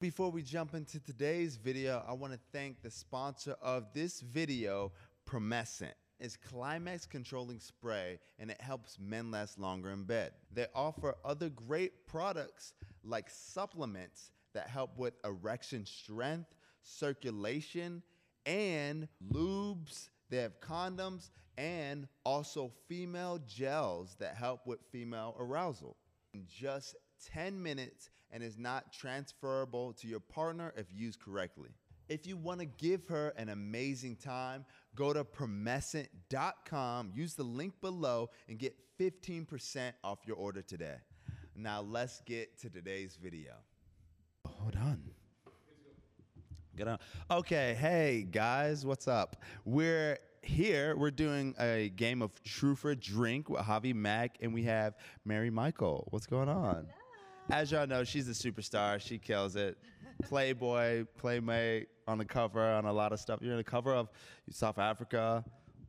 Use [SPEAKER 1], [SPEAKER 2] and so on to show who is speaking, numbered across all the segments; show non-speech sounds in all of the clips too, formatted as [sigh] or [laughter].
[SPEAKER 1] Before we jump into today's video, I want to thank the sponsor of this video, Promescent. It's climax controlling spray and it helps men last longer in bed. They offer other great products like supplements that help with erection strength, circulation, and lubes. They have condoms and also female gels that help with female arousal. In just 10 minutes and is not transferable to your partner if used correctly. If you want to give her an amazing time, go to permescent.com, use the link below, and get 15% off your order today. Now, let's get to today's video. Hold on. Get on. Okay, hey guys, what's up? We're here. We're doing a game of True for Drink with Javi Mack, and we have Mary Michael. What's going on? As y'all know, she's a superstar. She kills it. Playboy, playmate on the cover on a lot of stuff. You're on the cover of South Africa,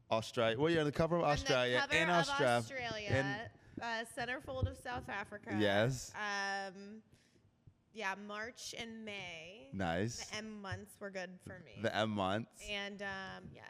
[SPEAKER 1] Australia. Well, you're on the cover of Australia
[SPEAKER 2] on the cover
[SPEAKER 1] in
[SPEAKER 2] of
[SPEAKER 1] Australia.
[SPEAKER 2] Australia, uh, centerfold of South Africa.
[SPEAKER 1] Yes.
[SPEAKER 2] Um, yeah, March and May.
[SPEAKER 1] Nice.
[SPEAKER 2] The M months were good for me.
[SPEAKER 1] the M months.
[SPEAKER 2] and um, yeah,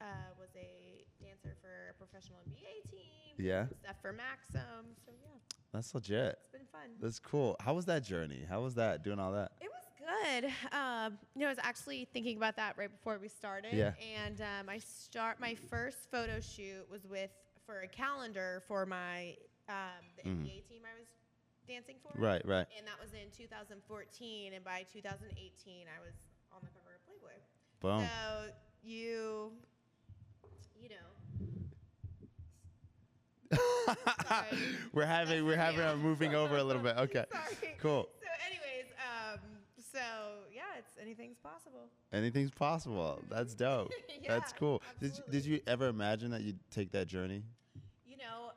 [SPEAKER 2] I uh, was a dancer for a professional NBA team.
[SPEAKER 1] Yeah.
[SPEAKER 2] Stuff for Maxim. So yeah, it's
[SPEAKER 1] That's legit.
[SPEAKER 2] been fun.
[SPEAKER 1] That's cool. How was that journey? How was that doing all that?
[SPEAKER 2] It was good. Um, you know, I was actually thinking about that right before we started.
[SPEAKER 1] Yeah.
[SPEAKER 2] And um, I start my first photo shoot was with for a calendar for my um, the NBA team I was dancing for.
[SPEAKER 1] Mm-hmm. Right, right.
[SPEAKER 2] And that was in 2014, and by 2018, I was on the cover of Playboy.
[SPEAKER 1] Boom.
[SPEAKER 2] So you, you know.
[SPEAKER 1] [laughs]
[SPEAKER 2] Sorry.
[SPEAKER 1] We're having we're having
[SPEAKER 2] Yeah.
[SPEAKER 1] a moving over a
[SPEAKER 2] [laughs]
[SPEAKER 1] little bit. Okay.
[SPEAKER 2] Sorry.
[SPEAKER 1] Cool.
[SPEAKER 2] So, anyways, um, so yeah, it's anything's possible. [laughs]
[SPEAKER 1] Anything's possible. That's dope. That's
[SPEAKER 2] Yeah,
[SPEAKER 1] cool. Did,
[SPEAKER 2] absolutely.
[SPEAKER 1] did you ever imagine that you'd take that journey?
[SPEAKER 2] You know,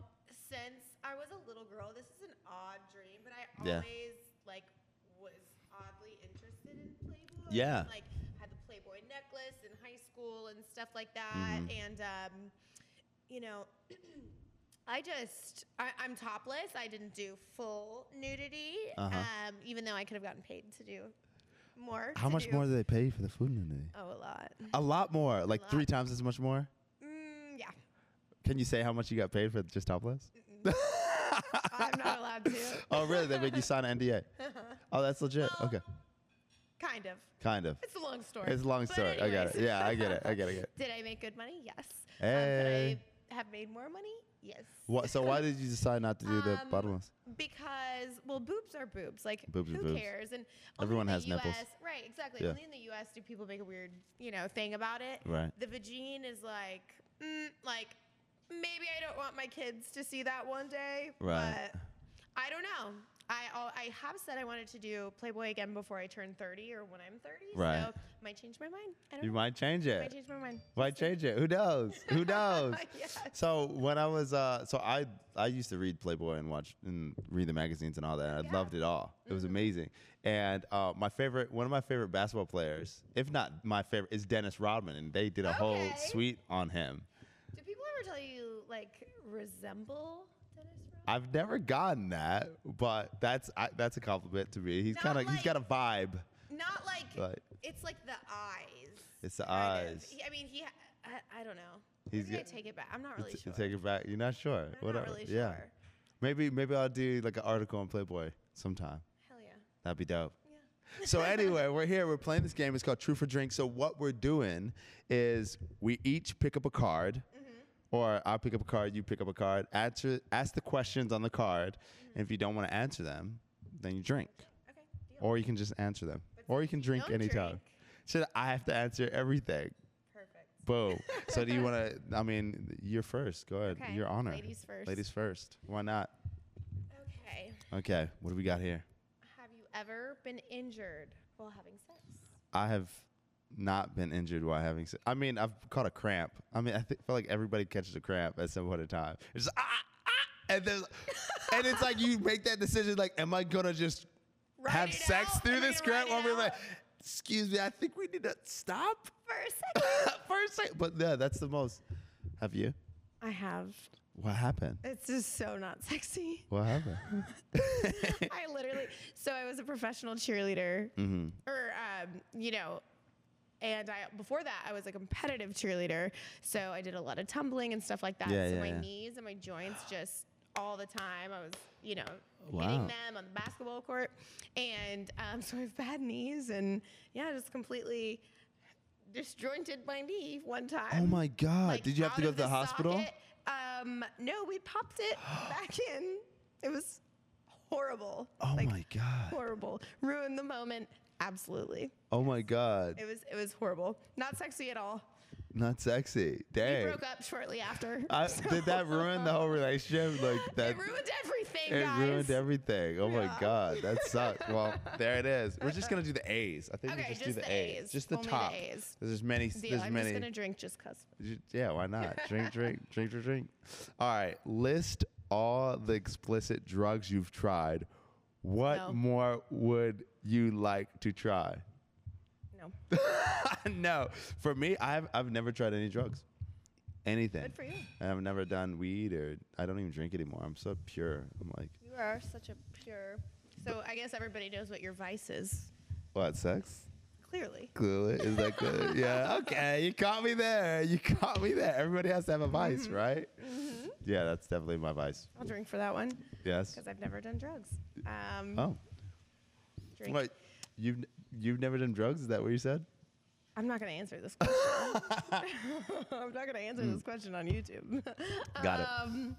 [SPEAKER 2] since I was a little girl, this is an odd dream, but I
[SPEAKER 1] Yeah.
[SPEAKER 2] always like was oddly interested in Playboy.
[SPEAKER 1] Yeah.
[SPEAKER 2] And, like had the Playboy necklace in high school and stuff like that,
[SPEAKER 1] Mm-hmm.
[SPEAKER 2] and um, you know. [clears throat] I just, I, I'm topless. I didn't do full nudity,
[SPEAKER 1] Uh-huh.
[SPEAKER 2] um, even though I could have gotten paid to do more.
[SPEAKER 1] How
[SPEAKER 2] to
[SPEAKER 1] much
[SPEAKER 2] do-
[SPEAKER 1] more do they pay you for the food nudity?
[SPEAKER 2] Oh, a
[SPEAKER 1] [laughs]
[SPEAKER 2] lot.
[SPEAKER 1] A lot more. Like
[SPEAKER 2] lot.
[SPEAKER 1] three times as much more.
[SPEAKER 2] Mm, yeah,
[SPEAKER 1] Can you say how much you got paid for just topless?
[SPEAKER 2] [laughs] I'm not allowed to.
[SPEAKER 1] Oh, really? They
[SPEAKER 2] [laughs]
[SPEAKER 1] made you sign an NDA. Oh, that's legit.
[SPEAKER 2] Well,
[SPEAKER 1] Okay.
[SPEAKER 2] Kind of.
[SPEAKER 1] Kind of.
[SPEAKER 2] It's a long story.
[SPEAKER 1] It's a long
[SPEAKER 2] But
[SPEAKER 1] story. I got it.
[SPEAKER 2] anyways.
[SPEAKER 1] Yeah, I get
[SPEAKER 2] [laughs]
[SPEAKER 1] it. I get it. I get it.
[SPEAKER 2] Did I make good money? Yes. Um,
[SPEAKER 1] Hey.
[SPEAKER 2] could I have made more money? Yes.
[SPEAKER 1] What, so why did you decide not to do the
[SPEAKER 2] Um,
[SPEAKER 1] bottomless?
[SPEAKER 2] [laughs] Because well, boobs are boobs. Like
[SPEAKER 1] Boobs are
[SPEAKER 2] who
[SPEAKER 1] boobs.
[SPEAKER 2] cares? And only
[SPEAKER 1] Everyone
[SPEAKER 2] in the
[SPEAKER 1] has
[SPEAKER 2] US,
[SPEAKER 1] nipples.
[SPEAKER 2] Right. Exactly.
[SPEAKER 1] Yeah.
[SPEAKER 2] Only in the U.S. do people make a weird, you know, thing about it.
[SPEAKER 1] Right.
[SPEAKER 2] The vagine is like, mm, like maybe I don't want my kids to see that one day.
[SPEAKER 1] Right.
[SPEAKER 2] But I don't know. I al- I have said I wanted to do Playboy again before I turn 30 or when I'm 30.
[SPEAKER 1] Right.
[SPEAKER 2] So might change my mind. I don't
[SPEAKER 1] You
[SPEAKER 2] know.
[SPEAKER 1] might change it.
[SPEAKER 2] Might change my mind.
[SPEAKER 1] Why change it? Who
[SPEAKER 2] [laughs]
[SPEAKER 1] knows? Who knows?
[SPEAKER 2] Yes.
[SPEAKER 1] So when I was uh, so I I used to read Playboy and watch and read the magazines and all that. I
[SPEAKER 2] Yeah. Mm-hmm.
[SPEAKER 1] loved it all. It was amazing. And uh, my favorite, one of my favorite basketball players, if not my favorite, is Dennis Rodman, and they did a whole
[SPEAKER 2] Okay.
[SPEAKER 1] suite on him.
[SPEAKER 2] Do people ever tell you like resemble Dennis Rodman?
[SPEAKER 1] I've never gotten that, but that's I, that's a compliment to me. He's
[SPEAKER 2] Not
[SPEAKER 1] kind of he's
[SPEAKER 2] like-
[SPEAKER 1] got a vibe.
[SPEAKER 2] Not like
[SPEAKER 1] Right.
[SPEAKER 2] it's like the eyes.
[SPEAKER 1] It's the
[SPEAKER 2] kind of.
[SPEAKER 1] eyes.
[SPEAKER 2] He- I mean, he. I, I don't know.
[SPEAKER 1] He's
[SPEAKER 2] He's Maybe I
[SPEAKER 1] got-
[SPEAKER 2] take it back. I'm not really
[SPEAKER 1] T-
[SPEAKER 2] sure.
[SPEAKER 1] Take it back. You're not sure.
[SPEAKER 2] not
[SPEAKER 1] Whatever.
[SPEAKER 2] really
[SPEAKER 1] Yeah.
[SPEAKER 2] sure.
[SPEAKER 1] Maybe maybe I'll do like an article on Playboy sometime.
[SPEAKER 2] Hell yeah.
[SPEAKER 1] That'd be dope.
[SPEAKER 2] Yeah. [laughs]
[SPEAKER 1] So anyway, we're here. We're playing this game. It's called True for Drink. So what we're doing is we each pick up a card,
[SPEAKER 2] Mm-hmm.
[SPEAKER 1] or I'll pick up a card, you pick up a card. Answer, ask the questions on the card,
[SPEAKER 2] Mm-hmm.
[SPEAKER 1] and if you don't want to answer them, then you drink,
[SPEAKER 2] Okay. Deal.
[SPEAKER 1] or you can just answer them, or you can
[SPEAKER 2] if you
[SPEAKER 1] drink
[SPEAKER 2] don't
[SPEAKER 1] anytime.
[SPEAKER 2] drink-
[SPEAKER 1] Should I have to answer everything?
[SPEAKER 2] Perfect. [laughs]
[SPEAKER 1] Boom. so do you want to? I mean, you're first. Go ahead.
[SPEAKER 2] Okay.
[SPEAKER 1] Your honor.
[SPEAKER 2] Ladies first.
[SPEAKER 1] Ladies first. Why not?
[SPEAKER 2] Okay.
[SPEAKER 1] Okay. What do we got here?
[SPEAKER 2] Have you ever been injured while having sex?
[SPEAKER 1] I have not been injured while having sex. I mean, I've caught a cramp. I mean, I th- feel like everybody catches a cramp at some point in time. It's just, ah, ah, and
[SPEAKER 2] [laughs]
[SPEAKER 1] there's, and it's like you make that decision. Like, am I gonna just
[SPEAKER 2] Ride
[SPEAKER 1] have
[SPEAKER 2] it
[SPEAKER 1] sex
[SPEAKER 2] out?
[SPEAKER 1] through
[SPEAKER 2] Am I
[SPEAKER 1] this
[SPEAKER 2] gonna ride
[SPEAKER 1] cramp? Or
[SPEAKER 2] it
[SPEAKER 1] we're like,
[SPEAKER 2] out?
[SPEAKER 1] excuse me, I think we need to stop [laughs]
[SPEAKER 2] For a second.
[SPEAKER 1] for a second. But yeah, that's the most. Have you?
[SPEAKER 2] I have.
[SPEAKER 1] What happened?
[SPEAKER 2] It's just so not sexy.
[SPEAKER 1] What
[SPEAKER 2] [laughs]
[SPEAKER 1] happened?
[SPEAKER 2] I literally, so I was a professional cheerleader,
[SPEAKER 1] Mm-hmm.
[SPEAKER 2] or um, you know, and I before that I was a competitive cheerleader, so I did a lot of tumbling and stuff like that.
[SPEAKER 1] Yeah,
[SPEAKER 2] so
[SPEAKER 1] yeah,
[SPEAKER 2] my
[SPEAKER 1] yeah.
[SPEAKER 2] knees and my joints just all the time. I was, you know,
[SPEAKER 1] Wow.
[SPEAKER 2] hitting them on the basketball court, and um, so I have bad knees, and yeah, just completely disjointed my knee one time.
[SPEAKER 1] oh my God!
[SPEAKER 2] like,
[SPEAKER 1] Did you have to
[SPEAKER 2] out
[SPEAKER 1] go to
[SPEAKER 2] of
[SPEAKER 1] the, hospital?
[SPEAKER 2] socket. Um, no, we
[SPEAKER 1] [gasps]
[SPEAKER 2] popped it back in. It was horrible.
[SPEAKER 1] Oh
[SPEAKER 2] Like,
[SPEAKER 1] my God!
[SPEAKER 2] horrible. Ruined the moment. Absolutely.
[SPEAKER 1] Oh my God!
[SPEAKER 2] It was it was horrible. Not sexy at all.
[SPEAKER 1] Not sexy.
[SPEAKER 2] We
[SPEAKER 1] Dang.
[SPEAKER 2] broke up shortly after.
[SPEAKER 1] [laughs] I,
[SPEAKER 2] so-
[SPEAKER 1] did that ruin the whole relationship? [laughs] Like that.
[SPEAKER 2] it ruined everything,
[SPEAKER 1] It
[SPEAKER 2] guys.
[SPEAKER 1] ruined everything. Oh my
[SPEAKER 2] Yeah.
[SPEAKER 1] god, that sucks. Well, [laughs] there it is. We're just gonna do the A's. I think we
[SPEAKER 2] Okay,
[SPEAKER 1] just, do
[SPEAKER 2] just
[SPEAKER 1] the
[SPEAKER 2] the
[SPEAKER 1] A's.
[SPEAKER 2] A's.
[SPEAKER 1] Just the
[SPEAKER 2] Only the
[SPEAKER 1] top.
[SPEAKER 2] A's.
[SPEAKER 1] There's many.
[SPEAKER 2] Deal.
[SPEAKER 1] There's
[SPEAKER 2] I'm
[SPEAKER 1] many.
[SPEAKER 2] just gonna drink just cause.
[SPEAKER 1] Ju- Yeah, why not? Drink, drink,
[SPEAKER 2] [laughs]
[SPEAKER 1] drink, drink, drink. All right, list all the explicit drugs you've tried. What
[SPEAKER 2] No.
[SPEAKER 1] more would you like to try?
[SPEAKER 2] No.
[SPEAKER 1] [laughs] no, for me, I've I've never tried any drugs, anything.
[SPEAKER 2] Good for you.
[SPEAKER 1] And I've never done weed or I don't even drink anymore. I'm so pure. I'm like,
[SPEAKER 2] You are such a pure. So I guess everybody knows what your vice is.
[SPEAKER 1] what? Sex?
[SPEAKER 2] Clearly.
[SPEAKER 1] Clue is that
[SPEAKER 2] [laughs]
[SPEAKER 1] clue? yeah. Okay, you caught me there. You caught me there. Everybody has to have a vice,
[SPEAKER 2] Mm-hmm.
[SPEAKER 1] right? Yeah, that's definitely my vice.
[SPEAKER 2] I'll drink for that one
[SPEAKER 1] Yes.
[SPEAKER 2] because I've never done drugs. Um,
[SPEAKER 1] Oh.
[SPEAKER 2] drink.
[SPEAKER 1] Wait, you've n- you've never done drugs? Is that what you said?
[SPEAKER 2] I'm not going to answer this question.
[SPEAKER 1] [laughs]
[SPEAKER 2] [laughs] I'm not going to answer
[SPEAKER 1] Hmm.
[SPEAKER 2] this question on YouTube. [laughs]
[SPEAKER 1] Got it.
[SPEAKER 2] Um,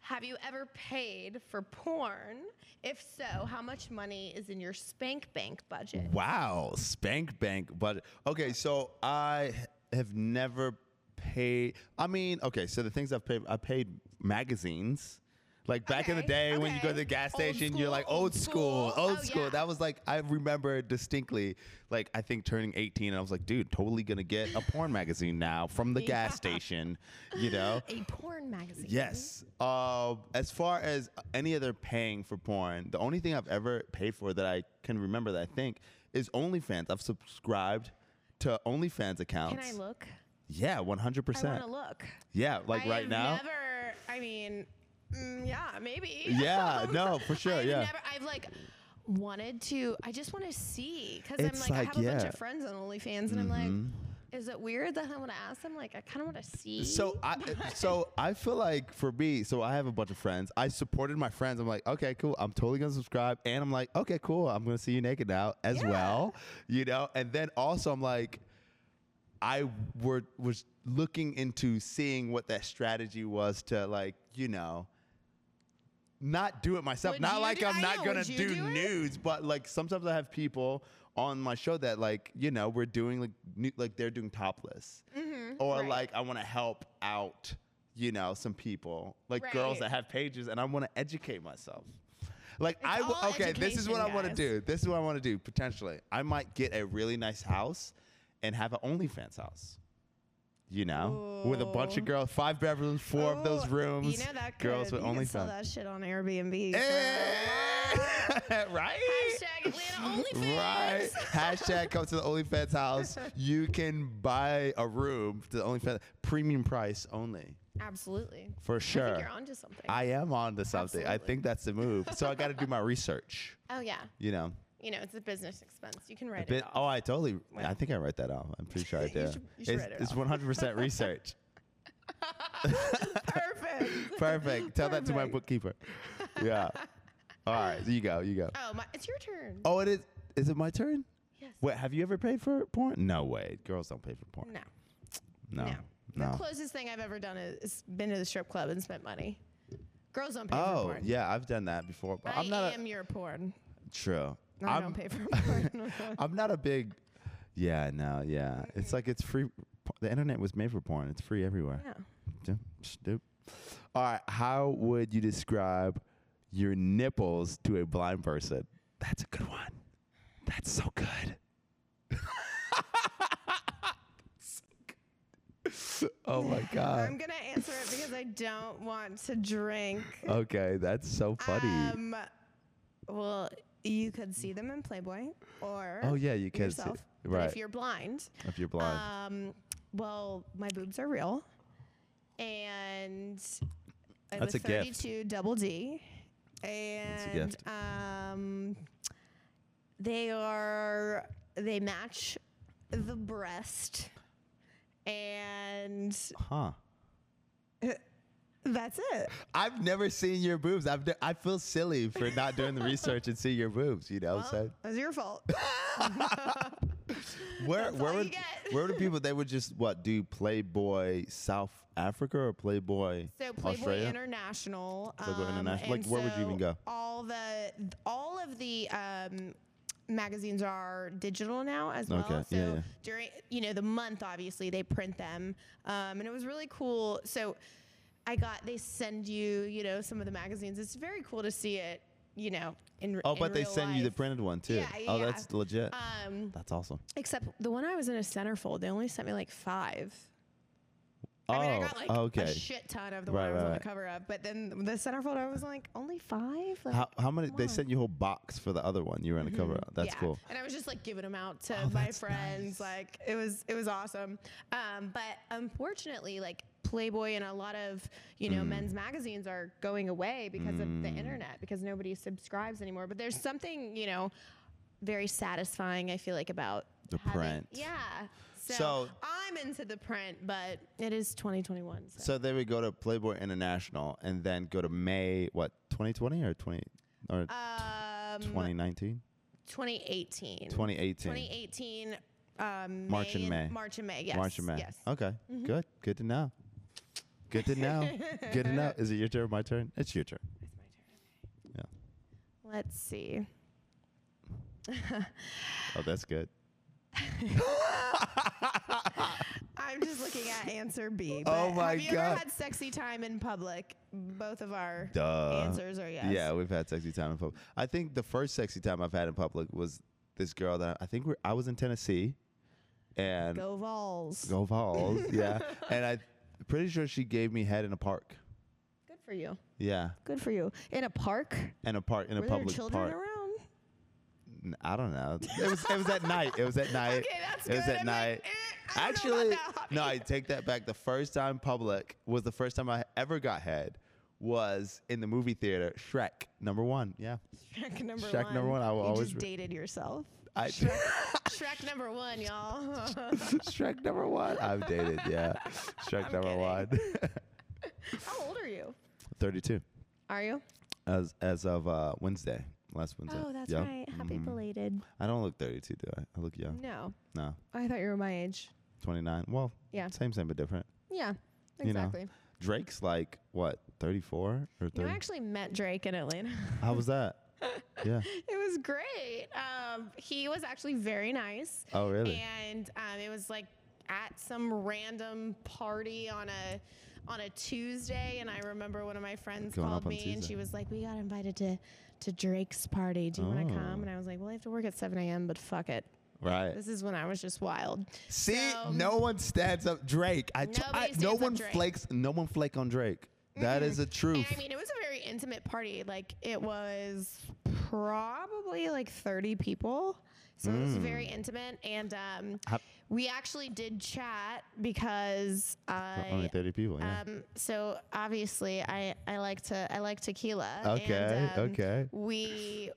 [SPEAKER 2] have you ever paid for porn? If so, how much money is in your spank bank budget?
[SPEAKER 1] Wow, spank bank. But okay, so I have never paid. I mean, okay, so the things I've paid, I paid magazines. Like back in the day
[SPEAKER 2] Okay,
[SPEAKER 1] when you go to the
[SPEAKER 2] okay.
[SPEAKER 1] gas
[SPEAKER 2] Old
[SPEAKER 1] station, you're
[SPEAKER 2] school,
[SPEAKER 1] like
[SPEAKER 2] old
[SPEAKER 1] old school,
[SPEAKER 2] school.
[SPEAKER 1] old
[SPEAKER 2] Oh,
[SPEAKER 1] school.
[SPEAKER 2] yeah.
[SPEAKER 1] That was like I remember distinctly. Like I think turning 18, I was like, dude, totally gonna get a porn magazine now from the
[SPEAKER 2] [laughs] Yeah.
[SPEAKER 1] gas station, you know.
[SPEAKER 2] A porn magazine.
[SPEAKER 1] Yes. Uh, as far as any other paying for porn, the only thing I've ever paid for that I can remember that I think is OnlyFans. I've subscribed to OnlyFans
[SPEAKER 2] Can
[SPEAKER 1] accounts.
[SPEAKER 2] I look?
[SPEAKER 1] Yeah, one hundred
[SPEAKER 2] I want
[SPEAKER 1] percent.
[SPEAKER 2] to look.
[SPEAKER 1] Yeah, like
[SPEAKER 2] I
[SPEAKER 1] right
[SPEAKER 2] have
[SPEAKER 1] now.
[SPEAKER 2] Never. I mean, mm, yeah, maybe. [laughs]
[SPEAKER 1] Yeah, no, for sure,
[SPEAKER 2] I've
[SPEAKER 1] yeah.
[SPEAKER 2] Never, I've like wanted to. I just want to see because
[SPEAKER 1] It's
[SPEAKER 2] I'm like, I
[SPEAKER 1] like,
[SPEAKER 2] have a bunch
[SPEAKER 1] yeah. Mm-hmm.
[SPEAKER 2] of friends on OnlyFans, and I'm like, is it weird that I want to ask them? Like, I kind of want to see.
[SPEAKER 1] So I eh, so I feel like for me, so I have a bunch of friends. I supported my friends. I'm like, okay, cool. I'm totally gonna subscribe, and I'm like, okay, cool. I'm gonna see you naked now as
[SPEAKER 2] Yeah.
[SPEAKER 1] well, you know. And then also, I'm like, I were was looking into seeing what that strategy was to like, you know. Not do it myself.
[SPEAKER 2] Would
[SPEAKER 1] not
[SPEAKER 2] you
[SPEAKER 1] like
[SPEAKER 2] do-
[SPEAKER 1] I'm
[SPEAKER 2] I
[SPEAKER 1] not
[SPEAKER 2] know,
[SPEAKER 1] gonna
[SPEAKER 2] would you
[SPEAKER 1] do,
[SPEAKER 2] do it?
[SPEAKER 1] nudes, but like sometimes I have people on my show that like you know we're doing like nu- like they're doing topless, or
[SPEAKER 2] Mm-hmm. right.
[SPEAKER 1] like like I want to help out, you know, some people, like girls that
[SPEAKER 2] Right.
[SPEAKER 1] have pages, and I want to educate myself. Like I w-
[SPEAKER 2] all
[SPEAKER 1] okay, this is what
[SPEAKER 2] education,
[SPEAKER 1] I want to
[SPEAKER 2] guys.
[SPEAKER 1] do. This is what I want to do potentially. I might get a really nice house and have an OnlyFans house. You know, with a bunch of
[SPEAKER 2] Ooh.
[SPEAKER 1] girls, five bedrooms, four of those
[SPEAKER 2] Ooh,
[SPEAKER 1] rooms.
[SPEAKER 2] Oh, You know that
[SPEAKER 1] girls
[SPEAKER 2] could,
[SPEAKER 1] with
[SPEAKER 2] you could sell
[SPEAKER 1] OnlyFans.
[SPEAKER 2] that shit on Airbnb. for-
[SPEAKER 1] Eh, [laughs] right?
[SPEAKER 2] Hashtag Atlanta OnlyFans.
[SPEAKER 1] Right. Hashtag come to the OnlyFans
[SPEAKER 2] [laughs]
[SPEAKER 1] house. You can buy a room to the OnlyFans premium price only.
[SPEAKER 2] Absolutely.
[SPEAKER 1] For
[SPEAKER 2] I
[SPEAKER 1] sure.
[SPEAKER 2] think you're onto something.
[SPEAKER 1] I am on to something. I
[SPEAKER 2] Absolutely.
[SPEAKER 1] think that's the move. So I got to do my research,
[SPEAKER 2] oh yeah.
[SPEAKER 1] you know.
[SPEAKER 2] You know, it's a business expense. You can
[SPEAKER 1] A
[SPEAKER 2] write
[SPEAKER 1] bit- [laughs]
[SPEAKER 2] it off.
[SPEAKER 1] oh, I totally. I think I write that off. I'm pretty sure I
[SPEAKER 2] [laughs] You
[SPEAKER 1] did.
[SPEAKER 2] should- you should
[SPEAKER 1] it's
[SPEAKER 2] write it
[SPEAKER 1] it's
[SPEAKER 2] off. [laughs]
[SPEAKER 1] 100% research.
[SPEAKER 2] Perfect.
[SPEAKER 1] Perfect. Tell that to my
[SPEAKER 2] Perfect. [laughs]
[SPEAKER 1] bookkeeper. Yeah. All right. You go. You go.
[SPEAKER 2] Oh, my, it's your turn.
[SPEAKER 1] Oh, it is. Is it my turn?
[SPEAKER 2] Yes.
[SPEAKER 1] Wait, have you ever paid for porn? No way. Girls don't pay for porn. No.
[SPEAKER 2] No. No.
[SPEAKER 1] No.
[SPEAKER 2] The closest thing I've ever done is, is been to the strip club and spent money. Girls don't pay for
[SPEAKER 1] Oh
[SPEAKER 2] porn.
[SPEAKER 1] yeah, I've done that before, but
[SPEAKER 2] I
[SPEAKER 1] I'm not
[SPEAKER 2] am your porn.
[SPEAKER 1] a, true.
[SPEAKER 2] I
[SPEAKER 1] I'm- [laughs]
[SPEAKER 2] don't pay for porn. [laughs]
[SPEAKER 1] I'm not a big. Yeah, no, yeah. It's like it's free. p- The internet was made for porn. It's free everywhere.
[SPEAKER 2] yeah.
[SPEAKER 1] Doop, sh- doop. All right. How would you describe your nipples to a blind person? That's a good one. That's so good. So good. [laughs] Oh my
[SPEAKER 2] I'm
[SPEAKER 1] god.
[SPEAKER 2] going to answer it because I don't want to drink.
[SPEAKER 1] Okay, that's so funny.
[SPEAKER 2] Um, well, you could see them in Playboy or
[SPEAKER 1] Oh, yeah, you can see-
[SPEAKER 2] yourself. But uh,
[SPEAKER 1] right.
[SPEAKER 2] if you're blind,
[SPEAKER 1] if you're blind.
[SPEAKER 2] Um, well, my boobs are real, and it
[SPEAKER 1] That's
[SPEAKER 2] was
[SPEAKER 1] a gift.
[SPEAKER 2] 32 double D. And
[SPEAKER 1] gift.
[SPEAKER 2] um they are they match the breast and
[SPEAKER 1] Huh.
[SPEAKER 2] that's it.
[SPEAKER 1] I've never seen your boobs. I've ne- I feel silly for not doing the research and seeing your boobs. You know, so
[SPEAKER 2] Well, that's your fault.
[SPEAKER 1] where
[SPEAKER 2] that's
[SPEAKER 1] where
[SPEAKER 2] all you
[SPEAKER 1] would
[SPEAKER 2] get.
[SPEAKER 1] where would people they would just what do Playboy South Africa or Playboy
[SPEAKER 2] So Playboy
[SPEAKER 1] Australia?
[SPEAKER 2] International.
[SPEAKER 1] Playboy
[SPEAKER 2] um,
[SPEAKER 1] International. Like,
[SPEAKER 2] and
[SPEAKER 1] where would you even
[SPEAKER 2] so
[SPEAKER 1] go?
[SPEAKER 2] All the all of the um, magazines are digital now as well.
[SPEAKER 1] Okay,
[SPEAKER 2] So
[SPEAKER 1] yeah, yeah.
[SPEAKER 2] during you know the month, obviously they print them, um, and it was really cool. So I got they send you you know some of the magazines. It's very cool to see it. You know in
[SPEAKER 1] oh,
[SPEAKER 2] in
[SPEAKER 1] but they
[SPEAKER 2] real
[SPEAKER 1] send you the
[SPEAKER 2] life.
[SPEAKER 1] printed one too.
[SPEAKER 2] Yeah,
[SPEAKER 1] Oh,
[SPEAKER 2] yeah.
[SPEAKER 1] that's legit.
[SPEAKER 2] Um,
[SPEAKER 1] that's awesome.
[SPEAKER 2] except the one I was in a centerfold, they only sent me like five.
[SPEAKER 1] Oh,
[SPEAKER 2] I mean, I got like a
[SPEAKER 1] okay.
[SPEAKER 2] shit ton of the
[SPEAKER 1] Right,
[SPEAKER 2] one I was
[SPEAKER 1] right,
[SPEAKER 2] on the
[SPEAKER 1] right.
[SPEAKER 2] cover of, but then the centerfold, I was like, only five. Like,
[SPEAKER 1] how, how many? They
[SPEAKER 2] on.
[SPEAKER 1] sent you a whole box for the other one. You were in a cover. up. That's
[SPEAKER 2] Mm-hmm. yeah.
[SPEAKER 1] cool.
[SPEAKER 2] And I was just like giving them out to
[SPEAKER 1] Oh,
[SPEAKER 2] my
[SPEAKER 1] that's nice.
[SPEAKER 2] friends. Like it was, it was awesome. Um, but unfortunately, like Playboy and a lot of you know men's
[SPEAKER 1] Mm.
[SPEAKER 2] magazines are going away because of the internet because nobody subscribes anymore. But there's something you know very satisfying. I feel like about
[SPEAKER 1] The
[SPEAKER 2] having-
[SPEAKER 1] print.
[SPEAKER 2] Yeah. So,
[SPEAKER 1] So-
[SPEAKER 2] I'm into the print, but it is 2021. So.
[SPEAKER 1] So they would go to Playboy International and then go to May what 2020 or 20 or
[SPEAKER 2] um,
[SPEAKER 1] 2019,
[SPEAKER 2] 2018.
[SPEAKER 1] 2018,
[SPEAKER 2] 2018. Um,
[SPEAKER 1] March and May.
[SPEAKER 2] March and May. Yes.
[SPEAKER 1] March and May. Oh.
[SPEAKER 2] Yes. Mm-hmm.
[SPEAKER 1] Okay, good, good to know. Good to know. good to
[SPEAKER 2] [laughs]
[SPEAKER 1] know. Is it your turn? or My turn? It's your turn.
[SPEAKER 2] It's my turn.
[SPEAKER 1] Yeah.
[SPEAKER 2] Let's see.
[SPEAKER 1] Oh, that's good.
[SPEAKER 2] I'm just looking at answer B.
[SPEAKER 1] Oh
[SPEAKER 2] but
[SPEAKER 1] my
[SPEAKER 2] Have you
[SPEAKER 1] God.
[SPEAKER 2] ever had sexy time in public? Both of our
[SPEAKER 1] Duh.
[SPEAKER 2] answers are yes.
[SPEAKER 1] Yeah, we've had sexy time in public. I think the first sexy time I've had in public was this girl that I think we're, I was in Tennessee, and
[SPEAKER 2] Go Vols.
[SPEAKER 1] Go Vols,
[SPEAKER 2] [laughs]
[SPEAKER 1] yeah, and I pretty sure she gave me head in a park.
[SPEAKER 2] Good for you.
[SPEAKER 1] Yeah,
[SPEAKER 2] Good for you. In a park.
[SPEAKER 1] in a park, in a
[SPEAKER 2] Were there
[SPEAKER 1] public
[SPEAKER 2] children
[SPEAKER 1] park.
[SPEAKER 2] around?
[SPEAKER 1] N- I don't know. It was it was at night. It
[SPEAKER 2] [laughs]
[SPEAKER 1] was at night.
[SPEAKER 2] Okay, that's
[SPEAKER 1] it was
[SPEAKER 2] good.
[SPEAKER 1] at
[SPEAKER 2] I'm like,
[SPEAKER 1] night.
[SPEAKER 2] eh, I don't know about
[SPEAKER 1] Actually,
[SPEAKER 2] that
[SPEAKER 1] no, I
[SPEAKER 2] hobby.
[SPEAKER 1] take that back. The first time public was the first time I ever got head was in the movie theater. Shrek number one. Yeah,
[SPEAKER 2] [laughs] Shrek number
[SPEAKER 1] Shrek
[SPEAKER 2] one.
[SPEAKER 1] number one, I will
[SPEAKER 2] you
[SPEAKER 1] always
[SPEAKER 2] just
[SPEAKER 1] re-
[SPEAKER 2] dated yourself.
[SPEAKER 1] I [laughs]
[SPEAKER 2] [laughs] Shrek number one, y'all. [laughs]
[SPEAKER 1] Shrek number one. I've dated. Yeah, Shrek
[SPEAKER 2] I'm
[SPEAKER 1] number
[SPEAKER 2] kidding.
[SPEAKER 1] one. [laughs]
[SPEAKER 2] How old are you?
[SPEAKER 1] Thirty-two
[SPEAKER 2] Are you?
[SPEAKER 1] as as of uh, Wednesday. Last Wednesday.
[SPEAKER 2] Oh, that's
[SPEAKER 1] Yeah.
[SPEAKER 2] right. Happy
[SPEAKER 1] Mhm.
[SPEAKER 2] belated.
[SPEAKER 1] I don't look 32, do I? I look young.
[SPEAKER 2] No,
[SPEAKER 1] No,
[SPEAKER 2] I thought you were my age.
[SPEAKER 1] 29. Well,
[SPEAKER 2] Yeah.
[SPEAKER 1] same, same, but different.
[SPEAKER 2] Yeah,
[SPEAKER 1] You know,
[SPEAKER 2] exactly.
[SPEAKER 1] Drake's like what, 34 or
[SPEAKER 2] You know,
[SPEAKER 1] 30?
[SPEAKER 2] I actually met Drake in Atlanta. [laughs]
[SPEAKER 1] How was that? yeah.
[SPEAKER 2] it was great. Um, he was actually very nice.
[SPEAKER 1] Oh, really?
[SPEAKER 2] And um, it was like at some random party on a on a Tuesday, and I remember one of my friends
[SPEAKER 1] Going up
[SPEAKER 2] called
[SPEAKER 1] on
[SPEAKER 2] me and
[SPEAKER 1] Tuesday.
[SPEAKER 2] she was like, "We got invited to to Drake's party. Do you
[SPEAKER 1] Oh.
[SPEAKER 2] want to come?" And I was like, "Well, I have to work at 7 a.m., but fuck it.
[SPEAKER 1] right.
[SPEAKER 2] This is when I was just wild."
[SPEAKER 1] See,
[SPEAKER 2] So-
[SPEAKER 1] no one stands up Drake. I, t-
[SPEAKER 2] Nobody
[SPEAKER 1] I no
[SPEAKER 2] stands up
[SPEAKER 1] one
[SPEAKER 2] Drake. Mm-hmm.
[SPEAKER 1] flakes. No one flake on Drake. That is the truth.
[SPEAKER 2] And I mean, it was a very intimate party. Like it was probably like 30 people. So it was very intimate. And um,
[SPEAKER 1] How-
[SPEAKER 2] we actually did chat because
[SPEAKER 1] Only
[SPEAKER 2] I.
[SPEAKER 1] 30 people. Yeah.
[SPEAKER 2] Um, so obviously, I, I like to I like tequila.
[SPEAKER 1] Okay,
[SPEAKER 2] And, um,
[SPEAKER 1] okay.
[SPEAKER 2] We,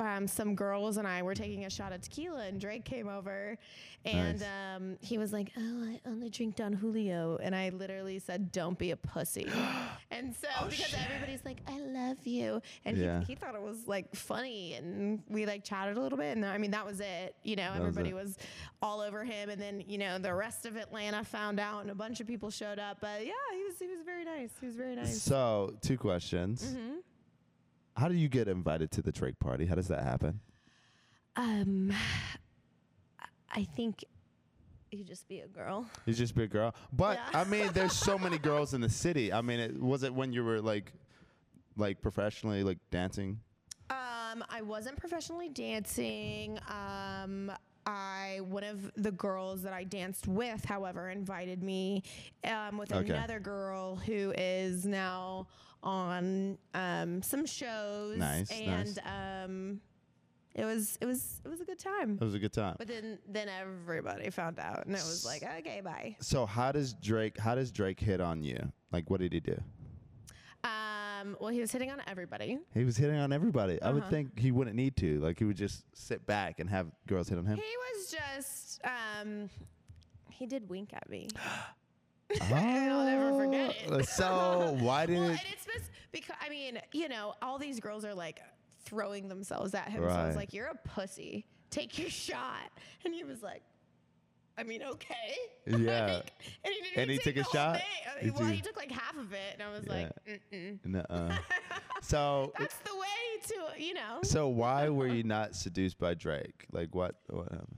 [SPEAKER 2] um, some girls and I were taking a shot of tequila, and Drake came over, and
[SPEAKER 1] Nice.
[SPEAKER 2] um, he was like, "Oh, I only drink Don Julio," and I literally said, "Don't be
[SPEAKER 1] [gasps]
[SPEAKER 2] a pussy." and so because everybody's like, "I love you," and
[SPEAKER 1] Oh, Yeah.
[SPEAKER 2] he, he thought it was like funny, and we like chatted a little bit, and I mean that was it. You know,
[SPEAKER 1] was
[SPEAKER 2] everybody
[SPEAKER 1] it.
[SPEAKER 2] was all over him, and then you know the rest of Atlanta found out, and a bunch of people showed up. But yeah, he was he was very nice. He was very nice.
[SPEAKER 1] so, two questions.
[SPEAKER 2] Mm-hmm.
[SPEAKER 1] How do you get invited to the Drake party? How does that happen?
[SPEAKER 2] Um, I think you just be a girl.
[SPEAKER 1] You just be a girl. But
[SPEAKER 2] Yeah.
[SPEAKER 1] I mean, there's so
[SPEAKER 2] [laughs]
[SPEAKER 1] many girls in the city. I mean, it, was it when you were like, like professionally like dancing?
[SPEAKER 2] Um, I wasn't professionally dancing. Um, I one of the girls that I danced with, however, invited me um, with
[SPEAKER 1] Okay.
[SPEAKER 2] another girl who is now on um, some shows
[SPEAKER 1] Nice, Uh, nice.
[SPEAKER 2] and um, It was it was it was a good time.
[SPEAKER 1] It was a good time.
[SPEAKER 2] But then then everybody found out, and it was like, okay, bye.
[SPEAKER 1] So how does Drake? How does Drake hit on you? Like, what did he do?
[SPEAKER 2] Um, well, he was hitting on everybody.
[SPEAKER 1] He was hitting on everybody. I
[SPEAKER 2] Uh-huh.
[SPEAKER 1] would think he wouldn't need to. Like, he would just sit back and have girls hit on
[SPEAKER 2] [laughs]
[SPEAKER 1] him.
[SPEAKER 2] He was just um, he did wink at me.
[SPEAKER 1] I'll
[SPEAKER 2] never forget it.
[SPEAKER 1] Oh.
[SPEAKER 2] [laughs]
[SPEAKER 1] So why did
[SPEAKER 2] well,
[SPEAKER 1] it?
[SPEAKER 2] and it's because I mean, you know, all these girls are like throwing themselves at him. So I
[SPEAKER 1] Right.
[SPEAKER 2] was like, "You're a pussy. Take your shot." And he was like, "I mean, okay." [laughs]
[SPEAKER 1] Yeah.
[SPEAKER 2] Like, and he
[SPEAKER 1] And
[SPEAKER 2] didn't even
[SPEAKER 1] he
[SPEAKER 2] take
[SPEAKER 1] took a
[SPEAKER 2] the whole
[SPEAKER 1] shot?
[SPEAKER 2] thing. I
[SPEAKER 1] He
[SPEAKER 2] mean, well,
[SPEAKER 1] took-
[SPEAKER 2] he took like half of it, and I was like, Mm-mm. [laughs]
[SPEAKER 1] Nuh-uh. so
[SPEAKER 2] "That's the way to, you know."
[SPEAKER 1] so why were you not seduced by Drake? Like what? What happened?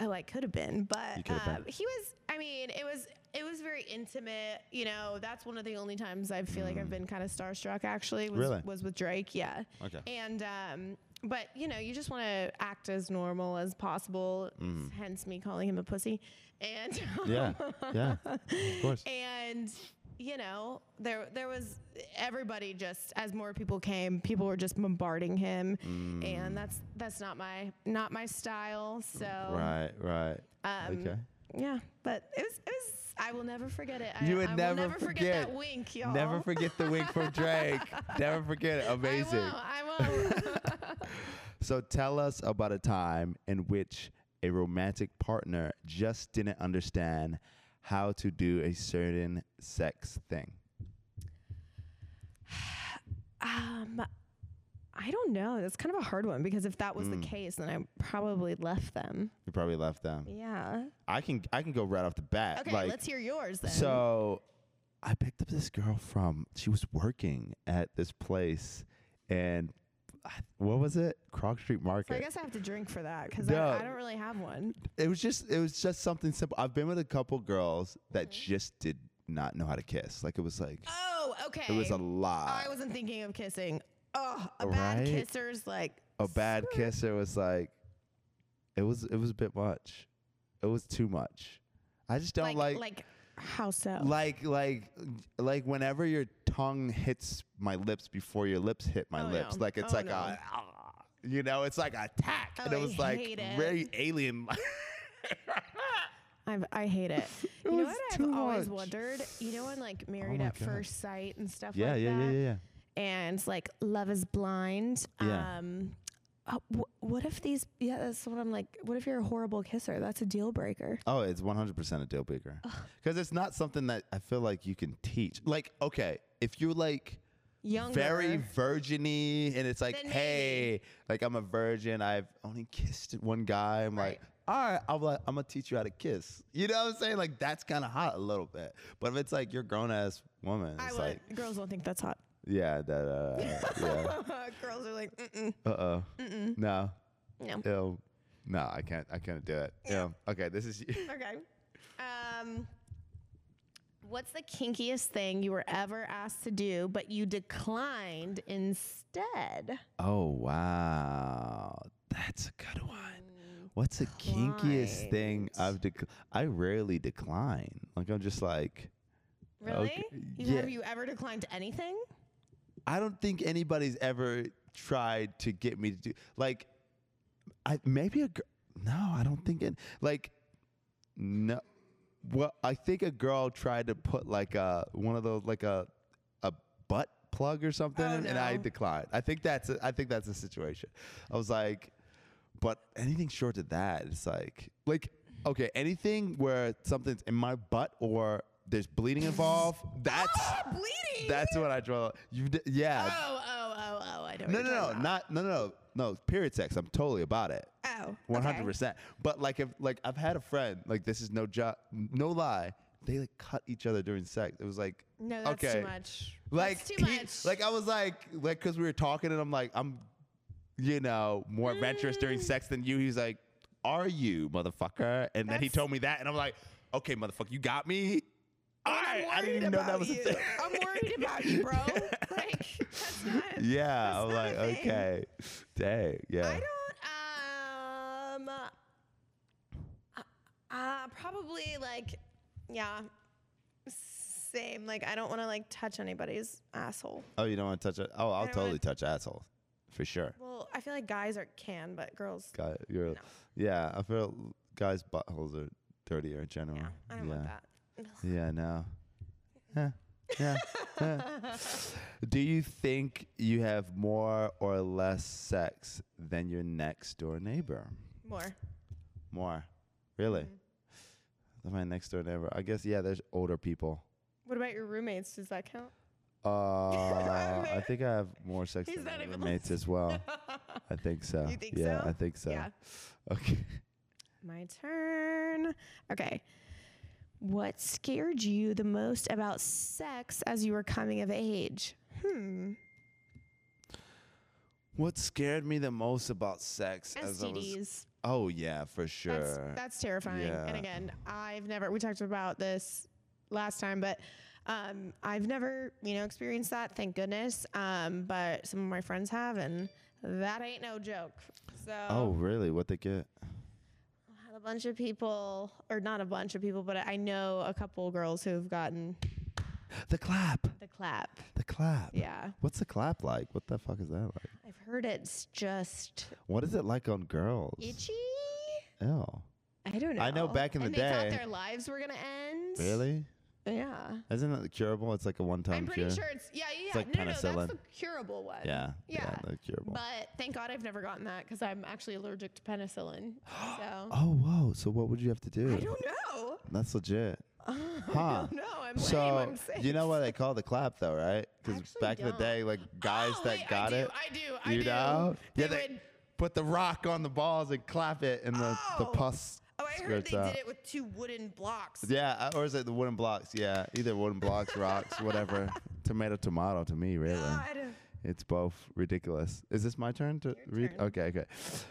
[SPEAKER 2] Oh, I could have been,
[SPEAKER 1] You
[SPEAKER 2] but
[SPEAKER 1] could have
[SPEAKER 2] um,
[SPEAKER 1] been.
[SPEAKER 2] he was. I mean, it was it was very intimate. You know, that's one of the only times I feel like I've been kind of starstruck. Actually, was,
[SPEAKER 1] Mm. Really?
[SPEAKER 2] was with Drake. Yeah.
[SPEAKER 1] Okay.
[SPEAKER 2] And um, but you know, you just want to act as normal as possible. Hence, me calling him a pussy. And
[SPEAKER 1] Mm. [laughs] Yeah,
[SPEAKER 2] [laughs]
[SPEAKER 1] yeah, of course.
[SPEAKER 2] and you know there there was everybody just as more people came people were just bombarding him
[SPEAKER 1] Mm.
[SPEAKER 2] and that's that's not my not my style so
[SPEAKER 1] Right, right.
[SPEAKER 2] um,
[SPEAKER 1] okay.
[SPEAKER 2] yeah but it was it was I will never forget it I,
[SPEAKER 1] You would
[SPEAKER 2] I
[SPEAKER 1] never
[SPEAKER 2] will never forget,
[SPEAKER 1] forget.
[SPEAKER 2] that wink y'all
[SPEAKER 1] Never forget the wink from
[SPEAKER 2] [laughs]
[SPEAKER 1] Drake. Never forget it. Amazing.
[SPEAKER 2] I won't I
[SPEAKER 1] [laughs]
[SPEAKER 2] won't
[SPEAKER 1] So tell us about a time in which a romantic partner just didn't understand how to do a certain sex thing.
[SPEAKER 2] um I don't know that's kind of a hard one because if that was
[SPEAKER 1] Hmm.
[SPEAKER 2] the case then I probably left them
[SPEAKER 1] You probably left them.
[SPEAKER 2] yeah
[SPEAKER 1] I can I can go right off the bat.
[SPEAKER 2] okay
[SPEAKER 1] like,
[SPEAKER 2] let's hear yours then
[SPEAKER 1] So I picked up this girl from she was working at this place and I- what was it? Croc Street Market.
[SPEAKER 2] So I guess I have to drink for that because
[SPEAKER 1] No.
[SPEAKER 2] I, I don't really have one.
[SPEAKER 1] it was just it was just something simple. I've been with a couple girls that
[SPEAKER 2] Mm-hmm.
[SPEAKER 1] just did not know how to kiss. Like it was like
[SPEAKER 2] Oh, okay.
[SPEAKER 1] it was a lot.
[SPEAKER 2] I wasn't thinking of kissing. Oh, a bad
[SPEAKER 1] Right?
[SPEAKER 2] kisser's like
[SPEAKER 1] a bad
[SPEAKER 2] "Sir."
[SPEAKER 1] kisser was like it was it was a bit much. It was too much. I just don't
[SPEAKER 2] like oh.
[SPEAKER 1] like
[SPEAKER 2] like how so?
[SPEAKER 1] like like like whenever your tongue hits my lips before your lips hit my
[SPEAKER 2] Oh,
[SPEAKER 1] lips
[SPEAKER 2] no.
[SPEAKER 1] like it's
[SPEAKER 2] Oh,
[SPEAKER 1] like
[SPEAKER 2] no.
[SPEAKER 1] a "Ah," you know it's like attack
[SPEAKER 2] Oh,
[SPEAKER 1] and it
[SPEAKER 2] I
[SPEAKER 1] was like
[SPEAKER 2] hate it.
[SPEAKER 1] very alien [laughs]
[SPEAKER 2] I've, I hate it. you know
[SPEAKER 1] was
[SPEAKER 2] what
[SPEAKER 1] too
[SPEAKER 2] I've always
[SPEAKER 1] much. Oh
[SPEAKER 2] wondered? You know, when like married
[SPEAKER 1] my
[SPEAKER 2] at
[SPEAKER 1] God.
[SPEAKER 2] first sight and stuff
[SPEAKER 1] yeah
[SPEAKER 2] like
[SPEAKER 1] yeah
[SPEAKER 2] that,
[SPEAKER 1] yeah yeah yeah
[SPEAKER 2] and like love is blind.
[SPEAKER 1] Yeah.
[SPEAKER 2] Um, uh, wh- what if these? Yeah, that's what I'm like. What if you're a horrible kisser? That's a deal breaker.
[SPEAKER 1] oh it's 100% a deal breaker because it's not something that i feel like you can teach like okay if you're like
[SPEAKER 2] Younger.
[SPEAKER 1] very virginy and it's like
[SPEAKER 2] Then
[SPEAKER 1] hey
[SPEAKER 2] maybe.
[SPEAKER 1] like i'm a virgin i've only kissed one guy i'm
[SPEAKER 2] Right.
[SPEAKER 1] like all right i'm like i'm gonna teach you how to kiss you know what i'm saying like that's kind of hot a little bit but if it's like you're a grown-ass woman
[SPEAKER 2] I
[SPEAKER 1] it's
[SPEAKER 2] would.
[SPEAKER 1] like
[SPEAKER 2] girls don't think that's hot.
[SPEAKER 1] yeah that uh yeah
[SPEAKER 2] [laughs] girls are like, mm [laughs]
[SPEAKER 1] uh-oh no
[SPEAKER 2] no.
[SPEAKER 1] ew no i can't i can't do it yeah okay this is
[SPEAKER 2] Okay. Um, what's the kinkiest thing you were ever asked to do, but you declined instead?
[SPEAKER 1] oh wow that's a good one
[SPEAKER 2] Mm.
[SPEAKER 1] What's the kinkiest thing I've dec- I rarely decline. Like I'm just like
[SPEAKER 2] Really?
[SPEAKER 1] Okay,
[SPEAKER 2] You,
[SPEAKER 1] yeah.
[SPEAKER 2] Have you ever declined anything?
[SPEAKER 1] I don't think anybody's ever tried to get me to do like I maybe a girl no, I don't think it like no well I think a girl tried to put like a one of those like a a butt plug or something
[SPEAKER 2] Oh,
[SPEAKER 1] and I
[SPEAKER 2] no.
[SPEAKER 1] declined. I think that's a, I think that's the situation. I was like but anything short of that it's like like okay anything where something's in my butt or there's bleeding involved that's
[SPEAKER 2] [laughs] bleeding.
[SPEAKER 1] that's what I draw. You d-
[SPEAKER 2] oh,
[SPEAKER 1] yeah.
[SPEAKER 2] oh, oh, oh! I don't.
[SPEAKER 1] no, no, no, not no, no, no. Period sex. I'm totally about it.
[SPEAKER 2] Oh,
[SPEAKER 1] One hundred percent. But like, if like I've had a friend like this is no job, no lie. They like cut each other during sex. It was like
[SPEAKER 2] No, that's
[SPEAKER 1] okay.
[SPEAKER 2] too much.
[SPEAKER 1] Like
[SPEAKER 2] that's too
[SPEAKER 1] he- [laughs]
[SPEAKER 2] much.
[SPEAKER 1] like I was like like because we were talking and I'm like I'm, you know, more adventurous
[SPEAKER 2] Mm.
[SPEAKER 1] during sex than you. He's like, are you motherfucker? And then he
[SPEAKER 2] That's-
[SPEAKER 1] told me that and I'm like, okay, motherfucker, you got me. All
[SPEAKER 2] I'm
[SPEAKER 1] right, I didn't
[SPEAKER 2] worried
[SPEAKER 1] even know that
[SPEAKER 2] about
[SPEAKER 1] was a
[SPEAKER 2] you.
[SPEAKER 1] thing.
[SPEAKER 2] I'm
[SPEAKER 1] [laughs]
[SPEAKER 2] worried about you, bro. Like that's not.
[SPEAKER 1] Yeah,
[SPEAKER 2] That's
[SPEAKER 1] I'm
[SPEAKER 2] not
[SPEAKER 1] like,
[SPEAKER 2] a thing.
[SPEAKER 1] okay, dang, yeah.
[SPEAKER 2] I don't. Um. uh, Uh, probably like, yeah, same. Like I don't want to like touch anybody's asshole.
[SPEAKER 1] Oh, you don't want to touch it? Oh, I'll
[SPEAKER 2] don't wanna-
[SPEAKER 1] totally touch assholes for sure.
[SPEAKER 2] Well, I feel like guys are can, but girls.
[SPEAKER 1] Guy, you're,
[SPEAKER 2] No.
[SPEAKER 1] yeah, I feel guys' buttholes are dirtier in general.
[SPEAKER 2] Yeah, I don't
[SPEAKER 1] yeah.
[SPEAKER 2] want that.
[SPEAKER 1] Yeah, no. Huh. Yeah.
[SPEAKER 2] [laughs]
[SPEAKER 1] Huh. Do you think you have more or less sex than your next door neighbor?
[SPEAKER 2] More.
[SPEAKER 1] More. Really?
[SPEAKER 2] Mhm.
[SPEAKER 1] Than my next door neighbor. I guess, yeah, there's older
[SPEAKER 2] [laughs]
[SPEAKER 1] people.
[SPEAKER 2] What about your roommates? Does that count?
[SPEAKER 1] Uh, I think I have more sex
[SPEAKER 2] He's
[SPEAKER 1] than
[SPEAKER 2] not
[SPEAKER 1] my
[SPEAKER 2] even
[SPEAKER 1] roommates as
[SPEAKER 2] [laughs]
[SPEAKER 1] well. I think so.
[SPEAKER 2] You think
[SPEAKER 1] yeah,
[SPEAKER 2] so?
[SPEAKER 1] I think Oh. so.
[SPEAKER 2] Yeah.
[SPEAKER 1] Okay. [laughs]
[SPEAKER 2] My turn. Okay. What scared you the most about sex as you were coming of age? Hmm.
[SPEAKER 1] What scared me the most about sex as I was?
[SPEAKER 2] STDs.
[SPEAKER 1] Oh yeah, for sure.
[SPEAKER 2] That's that's terrifying.
[SPEAKER 1] Yeah.
[SPEAKER 2] And again, I've never we talked about this last time, but um, I've never, you know, experienced that, thank goodness. Um, but some of my friends have and that ain't no joke. So
[SPEAKER 1] oh really? What they get?
[SPEAKER 2] had a bunch of people or not a bunch of people, but I know a couple girls who've gotten
[SPEAKER 1] The clap.
[SPEAKER 2] the clap.
[SPEAKER 1] The clap.
[SPEAKER 2] Yeah.
[SPEAKER 1] What's the clap like? What the fuck is that like?
[SPEAKER 2] I've heard it's just
[SPEAKER 1] What is it like on girls?
[SPEAKER 2] itchy.
[SPEAKER 1] Ew.
[SPEAKER 2] I don't know.
[SPEAKER 1] I know back in the
[SPEAKER 2] and they
[SPEAKER 1] day-
[SPEAKER 2] thought their lives were gonna end.
[SPEAKER 1] Really?
[SPEAKER 2] Yeah.
[SPEAKER 1] Isn't it curable? It's like a one-time
[SPEAKER 2] I'm pretty
[SPEAKER 1] cure.
[SPEAKER 2] sure it's yeah, yeah, yeah.
[SPEAKER 1] like
[SPEAKER 2] no, no, no,
[SPEAKER 1] penicillin.
[SPEAKER 2] that's the curable one.
[SPEAKER 1] Yeah.
[SPEAKER 2] Yeah.
[SPEAKER 1] that's curable.
[SPEAKER 2] But thank God I've never gotten that because I'm actually allergic
[SPEAKER 1] [gasps]
[SPEAKER 2] to penicillin. So
[SPEAKER 1] oh whoa! So what would you have to do?
[SPEAKER 2] um, I don't know.
[SPEAKER 1] That's legit.
[SPEAKER 2] [laughs] I
[SPEAKER 1] Huh.
[SPEAKER 2] don't know. I'm lame.
[SPEAKER 1] So
[SPEAKER 2] I'm safe.
[SPEAKER 1] you know what they call the clap though, right? Because
[SPEAKER 2] actually
[SPEAKER 1] back in the
[SPEAKER 2] don't.
[SPEAKER 1] day, like guys
[SPEAKER 2] Oh,
[SPEAKER 1] that
[SPEAKER 2] wait,
[SPEAKER 1] got
[SPEAKER 2] I
[SPEAKER 1] it,
[SPEAKER 2] Do, I do. I
[SPEAKER 1] you
[SPEAKER 2] do.
[SPEAKER 1] know,
[SPEAKER 2] They
[SPEAKER 1] yeah, they
[SPEAKER 2] would,
[SPEAKER 1] put the rock on the balls and clap it, and the, the
[SPEAKER 2] Oh.
[SPEAKER 1] pus
[SPEAKER 2] oh, I heard
[SPEAKER 1] squirts
[SPEAKER 2] they
[SPEAKER 1] out.
[SPEAKER 2] did it with two wooden blocks.
[SPEAKER 1] Yeah, uh, or is it the wooden blocks? Yeah, either wooden blocks,
[SPEAKER 2] [laughs]
[SPEAKER 1] rocks, whatever. tomato, tomato to me, really.
[SPEAKER 2] God.
[SPEAKER 1] It's both ridiculous. Is this my turn to read?
[SPEAKER 2] turn.
[SPEAKER 1] Okay, okay.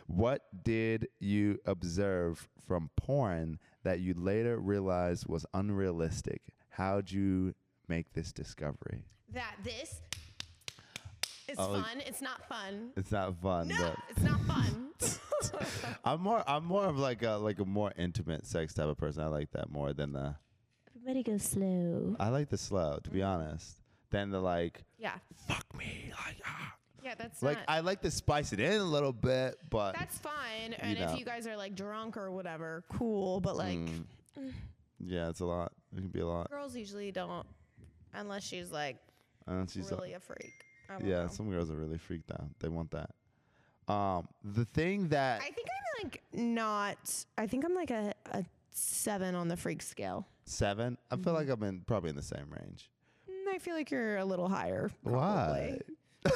[SPEAKER 1] What did you observe from porn that you later realized was unrealistic? How'd you make this discovery?
[SPEAKER 2] That this is
[SPEAKER 1] Oh, y-
[SPEAKER 2] fun. It's not
[SPEAKER 1] [laughs]
[SPEAKER 2] fun.
[SPEAKER 1] It's not fun,
[SPEAKER 2] No,
[SPEAKER 1] but
[SPEAKER 2] [laughs] it's not fun.
[SPEAKER 1] I'm more I'm more of like a like a more intimate sex type of person. I like that more than the
[SPEAKER 2] Everybody go slow.
[SPEAKER 1] I like the slow, to be honest. Than the like
[SPEAKER 2] Yeah.
[SPEAKER 1] fuck me like ah.
[SPEAKER 2] Yeah, that's
[SPEAKER 1] Like
[SPEAKER 2] not.
[SPEAKER 1] I like to spice it in a little bit, but
[SPEAKER 2] That's fine. And
[SPEAKER 1] know.
[SPEAKER 2] if you guys are like drunk or whatever, cool. But like,
[SPEAKER 1] Mm. yeah, it's a lot. It can be a lot.
[SPEAKER 2] girls usually don't, unless she's like
[SPEAKER 1] And she's
[SPEAKER 2] really a freak. I don't
[SPEAKER 1] yeah,
[SPEAKER 2] know.
[SPEAKER 1] some girls are really freaked out. They want that. Um, the thing that
[SPEAKER 2] I think I'm like not. I think I'm like a, a seven on the freak scale.
[SPEAKER 1] seven, I
[SPEAKER 2] Mm-hmm.
[SPEAKER 1] feel like I'm in probably in the same range.
[SPEAKER 2] Mm, I feel like you're a little higher.
[SPEAKER 1] Why?
[SPEAKER 2] probably. I feel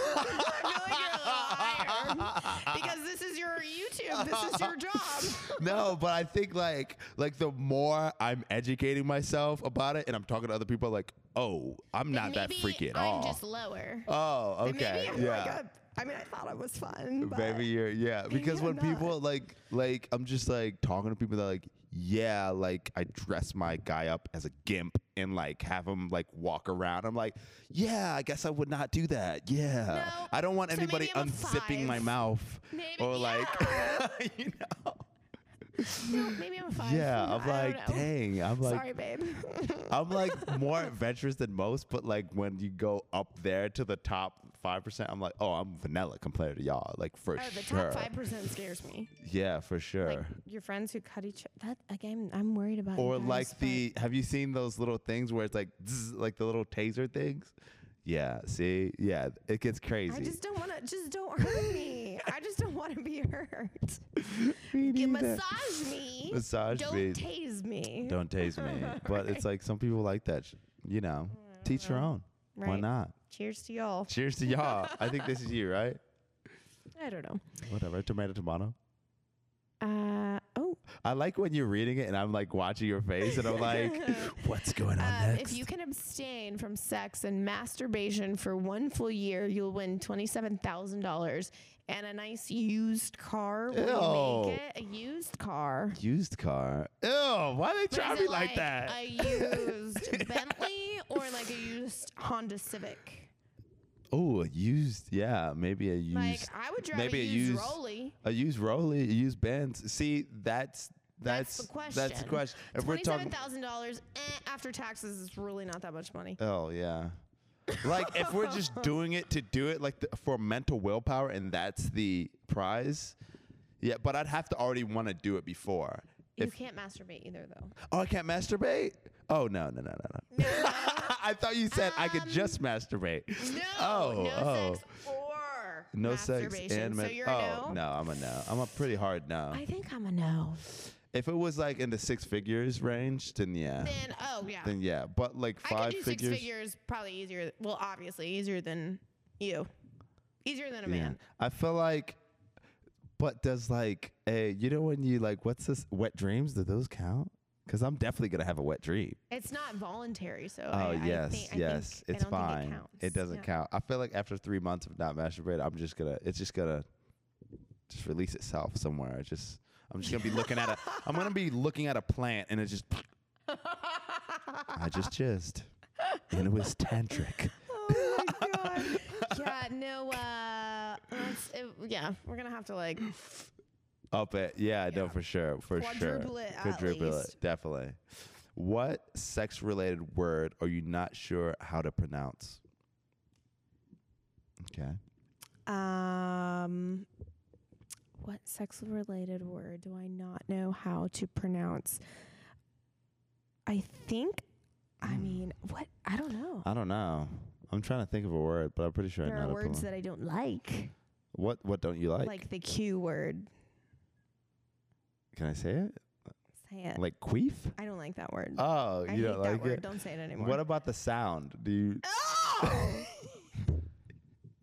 [SPEAKER 2] like you're a little higher because this is your YouTube. This is your job.
[SPEAKER 1] no, but I think like like the more I'm educating myself about it, and I'm talking to other people, like, oh, I'm [laughs] not that
[SPEAKER 2] Maybe
[SPEAKER 1] freaky at
[SPEAKER 2] I'm
[SPEAKER 1] all.
[SPEAKER 2] just lower.
[SPEAKER 1] oh,
[SPEAKER 2] And
[SPEAKER 1] okay,
[SPEAKER 2] Maybe I'm
[SPEAKER 1] yeah.
[SPEAKER 2] like a. I mean, I thought I was fun. But
[SPEAKER 1] Maybe you're yeah. Because
[SPEAKER 2] I'm
[SPEAKER 1] when people like like I'm just like talking to people that are like yeah like I dress my guy up as a gimp and like have him like walk around. I'm like yeah I guess I would not do that. Yeah
[SPEAKER 2] No.
[SPEAKER 1] I don't want
[SPEAKER 2] So
[SPEAKER 1] anybody
[SPEAKER 2] maybe I'm a
[SPEAKER 1] unzipping my
[SPEAKER 2] five.
[SPEAKER 1] mouth
[SPEAKER 2] Maybe-
[SPEAKER 1] or like [laughs]
[SPEAKER 2] yeah.
[SPEAKER 1] you know
[SPEAKER 2] No, maybe I'm a five.
[SPEAKER 1] yeah
[SPEAKER 2] I
[SPEAKER 1] I'm
[SPEAKER 2] don't
[SPEAKER 1] like
[SPEAKER 2] know.
[SPEAKER 1] dang
[SPEAKER 2] [laughs]
[SPEAKER 1] I'm like [laughs]
[SPEAKER 2] Sorry, babe.
[SPEAKER 1] I'm
[SPEAKER 2] [laughs]
[SPEAKER 1] like more adventurous than most, but like when you go up there to the top five percent, I'm like, oh, I'm vanilla compared to y'all. Like for
[SPEAKER 2] oh, the
[SPEAKER 1] sure.
[SPEAKER 2] top five percent scares me.
[SPEAKER 1] Yeah, for sure.
[SPEAKER 2] Like your friends who cut each that again. I'm worried about. you
[SPEAKER 1] or
[SPEAKER 2] guys,
[SPEAKER 1] like
[SPEAKER 2] but-
[SPEAKER 1] the have you seen those little things where it's like zzz, like the little taser things? Yeah, see? Yeah, it gets crazy. [laughs]
[SPEAKER 2] I [laughs] just don't want to. Just don't hurt [laughs] me. I just don't want to be hurt. Get massage me.
[SPEAKER 1] Massage
[SPEAKER 2] don't
[SPEAKER 1] me.
[SPEAKER 2] tase me.
[SPEAKER 1] Don't tase me.
[SPEAKER 2] [laughs]
[SPEAKER 1] But it's like some people like that, sh- you know. Teach your own. Why
[SPEAKER 2] Mm, Right.
[SPEAKER 1] not?
[SPEAKER 2] Cheers to y'all.
[SPEAKER 1] Cheers to y'all. I think this is you, right?
[SPEAKER 2] I don't know.
[SPEAKER 1] Whatever. Tomato tomato.
[SPEAKER 2] Uh oh.
[SPEAKER 1] I like when you're reading it and I'm like watching your face and I'm like, [laughs] what's going on
[SPEAKER 2] Um,
[SPEAKER 1] next?
[SPEAKER 2] if you can abstain from sex and masturbation for one full year, you'll win twenty-seven thousand dollars and a nice used car. Will
[SPEAKER 1] Ew.
[SPEAKER 2] you make it a used car?
[SPEAKER 1] Used car. Ew, why they
[SPEAKER 2] But
[SPEAKER 1] try
[SPEAKER 2] is
[SPEAKER 1] me
[SPEAKER 2] it
[SPEAKER 1] like, that? [laughs]
[SPEAKER 2] A used Bentley or like a used Honda Civic?
[SPEAKER 1] Oh, a used, yeah, maybe a used.
[SPEAKER 2] Like I would drive
[SPEAKER 1] maybe
[SPEAKER 2] a
[SPEAKER 1] a
[SPEAKER 2] used,
[SPEAKER 1] used-
[SPEAKER 2] Rolly.
[SPEAKER 1] a used Rolly, a used Benz. See, that's that's
[SPEAKER 2] That's the question.
[SPEAKER 1] That's the question. If we're
[SPEAKER 2] Twenty-seven eh,
[SPEAKER 1] talking,
[SPEAKER 2] thousand dollars after taxes is really not that much money.
[SPEAKER 1] oh yeah, Like if we're just
[SPEAKER 2] [laughs]
[SPEAKER 1] doing it to do it, like the, for mental willpower, and that's the prize. Yeah, but I'd have to already want to do it before.
[SPEAKER 2] You
[SPEAKER 1] If
[SPEAKER 2] can't masturbate either, though.
[SPEAKER 1] oh, I can't masturbate. Oh no no no no no. [laughs] I thought you said I could
[SPEAKER 2] Um,
[SPEAKER 1] just masturbate.
[SPEAKER 2] No,
[SPEAKER 1] Oh
[SPEAKER 2] no
[SPEAKER 1] oh.
[SPEAKER 2] sex or
[SPEAKER 1] no sex
[SPEAKER 2] masturbation.
[SPEAKER 1] and ma-
[SPEAKER 2] so you're a
[SPEAKER 1] oh
[SPEAKER 2] no.
[SPEAKER 1] no, I'm a no. I'm a pretty hard no.
[SPEAKER 2] I think I'm a no.
[SPEAKER 1] if it was like in the six figures range, then yeah, then,
[SPEAKER 2] Then oh yeah,
[SPEAKER 1] yeah. But like
[SPEAKER 2] I
[SPEAKER 1] five
[SPEAKER 2] could do
[SPEAKER 1] figures,
[SPEAKER 2] six figures probably easier. Well, obviously easier than you, easier than a
[SPEAKER 1] yeah.
[SPEAKER 2] man.
[SPEAKER 1] I feel like. But does like a you know when you like what's this wet dreams? Do those count? Because I'm definitely gonna have a wet dream.
[SPEAKER 2] It's not voluntary, so
[SPEAKER 1] Oh
[SPEAKER 2] I,
[SPEAKER 1] yes,
[SPEAKER 2] I think,
[SPEAKER 1] yes,
[SPEAKER 2] I
[SPEAKER 1] it's
[SPEAKER 2] think, I don't
[SPEAKER 1] fine.
[SPEAKER 2] Think it, counts.
[SPEAKER 1] doesn't
[SPEAKER 2] Yeah.
[SPEAKER 1] count. I feel like after three months of not masturbating, I'm just gonna. It's just gonna just release itself somewhere. I just. I'm just gonna be looking
[SPEAKER 2] [laughs]
[SPEAKER 1] at a. I'm gonna be looking at a plant, and it just. I just jizzed, and it was tantric.
[SPEAKER 2] Oh my god. [laughs] yeah. No. Uh. let's- it- yeah. We're gonna have to like.
[SPEAKER 1] Up it, yeah, no, for sure, for
[SPEAKER 2] Quadruple
[SPEAKER 1] sure,
[SPEAKER 2] it at least.
[SPEAKER 1] definitely. What sex-related word are you not sure how to pronounce? Okay.
[SPEAKER 2] Um. What sex-related word do I not know how to pronounce? I think. I mean, what? I don't know.
[SPEAKER 1] Hmm. I don't know. I'm trying to think of a word, but I'm pretty sure I
[SPEAKER 2] there
[SPEAKER 1] know.
[SPEAKER 2] are
[SPEAKER 1] how to
[SPEAKER 2] words
[SPEAKER 1] pronounce-
[SPEAKER 2] that I don't like,
[SPEAKER 1] what What don't you like?
[SPEAKER 2] like, the Q word.
[SPEAKER 1] Can I say it?
[SPEAKER 2] Say it.
[SPEAKER 1] Like queef?
[SPEAKER 2] I don't like that word.
[SPEAKER 1] Oh,
[SPEAKER 2] I
[SPEAKER 1] you don't
[SPEAKER 2] hate that
[SPEAKER 1] like
[SPEAKER 2] word.
[SPEAKER 1] it.
[SPEAKER 2] Don't say it anymore.
[SPEAKER 1] What about the sound? Do you?
[SPEAKER 2] [laughs] Oh!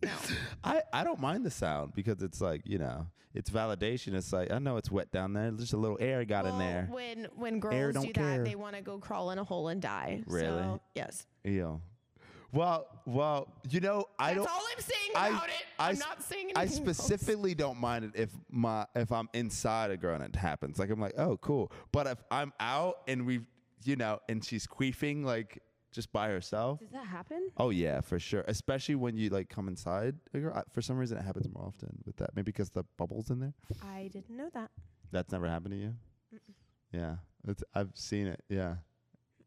[SPEAKER 2] no.
[SPEAKER 1] I I don't mind the sound because it's like you know, it's validation. It's like I know it's wet down there. Just a little air got in
[SPEAKER 2] Well,
[SPEAKER 1] there.
[SPEAKER 2] When when girls
[SPEAKER 1] don't
[SPEAKER 2] do that,
[SPEAKER 1] care.
[SPEAKER 2] they want to go crawl in a hole and die.
[SPEAKER 1] Really?
[SPEAKER 2] So, yes.
[SPEAKER 1] Yeah. Well, well, you know, I
[SPEAKER 2] That's
[SPEAKER 1] don't.
[SPEAKER 2] all I'm saying
[SPEAKER 1] I-
[SPEAKER 2] about it.
[SPEAKER 1] I
[SPEAKER 2] I'm
[SPEAKER 1] sp-
[SPEAKER 2] not saying anything.
[SPEAKER 1] I
[SPEAKER 2] else.
[SPEAKER 1] specifically don't mind it if my if I'm inside a girl and it happens. Like I'm like, oh, cool. But if I'm out and we, you know, and she's queefing like just by herself.
[SPEAKER 2] Does that happen?
[SPEAKER 1] Oh yeah, for sure. Especially when you like come inside a girl. I- For some reason, it happens more often with that. Maybe because the bubbles in there.
[SPEAKER 2] I didn't know that.
[SPEAKER 1] That's never happened to you. Yeah, it's, I've seen it. Yeah,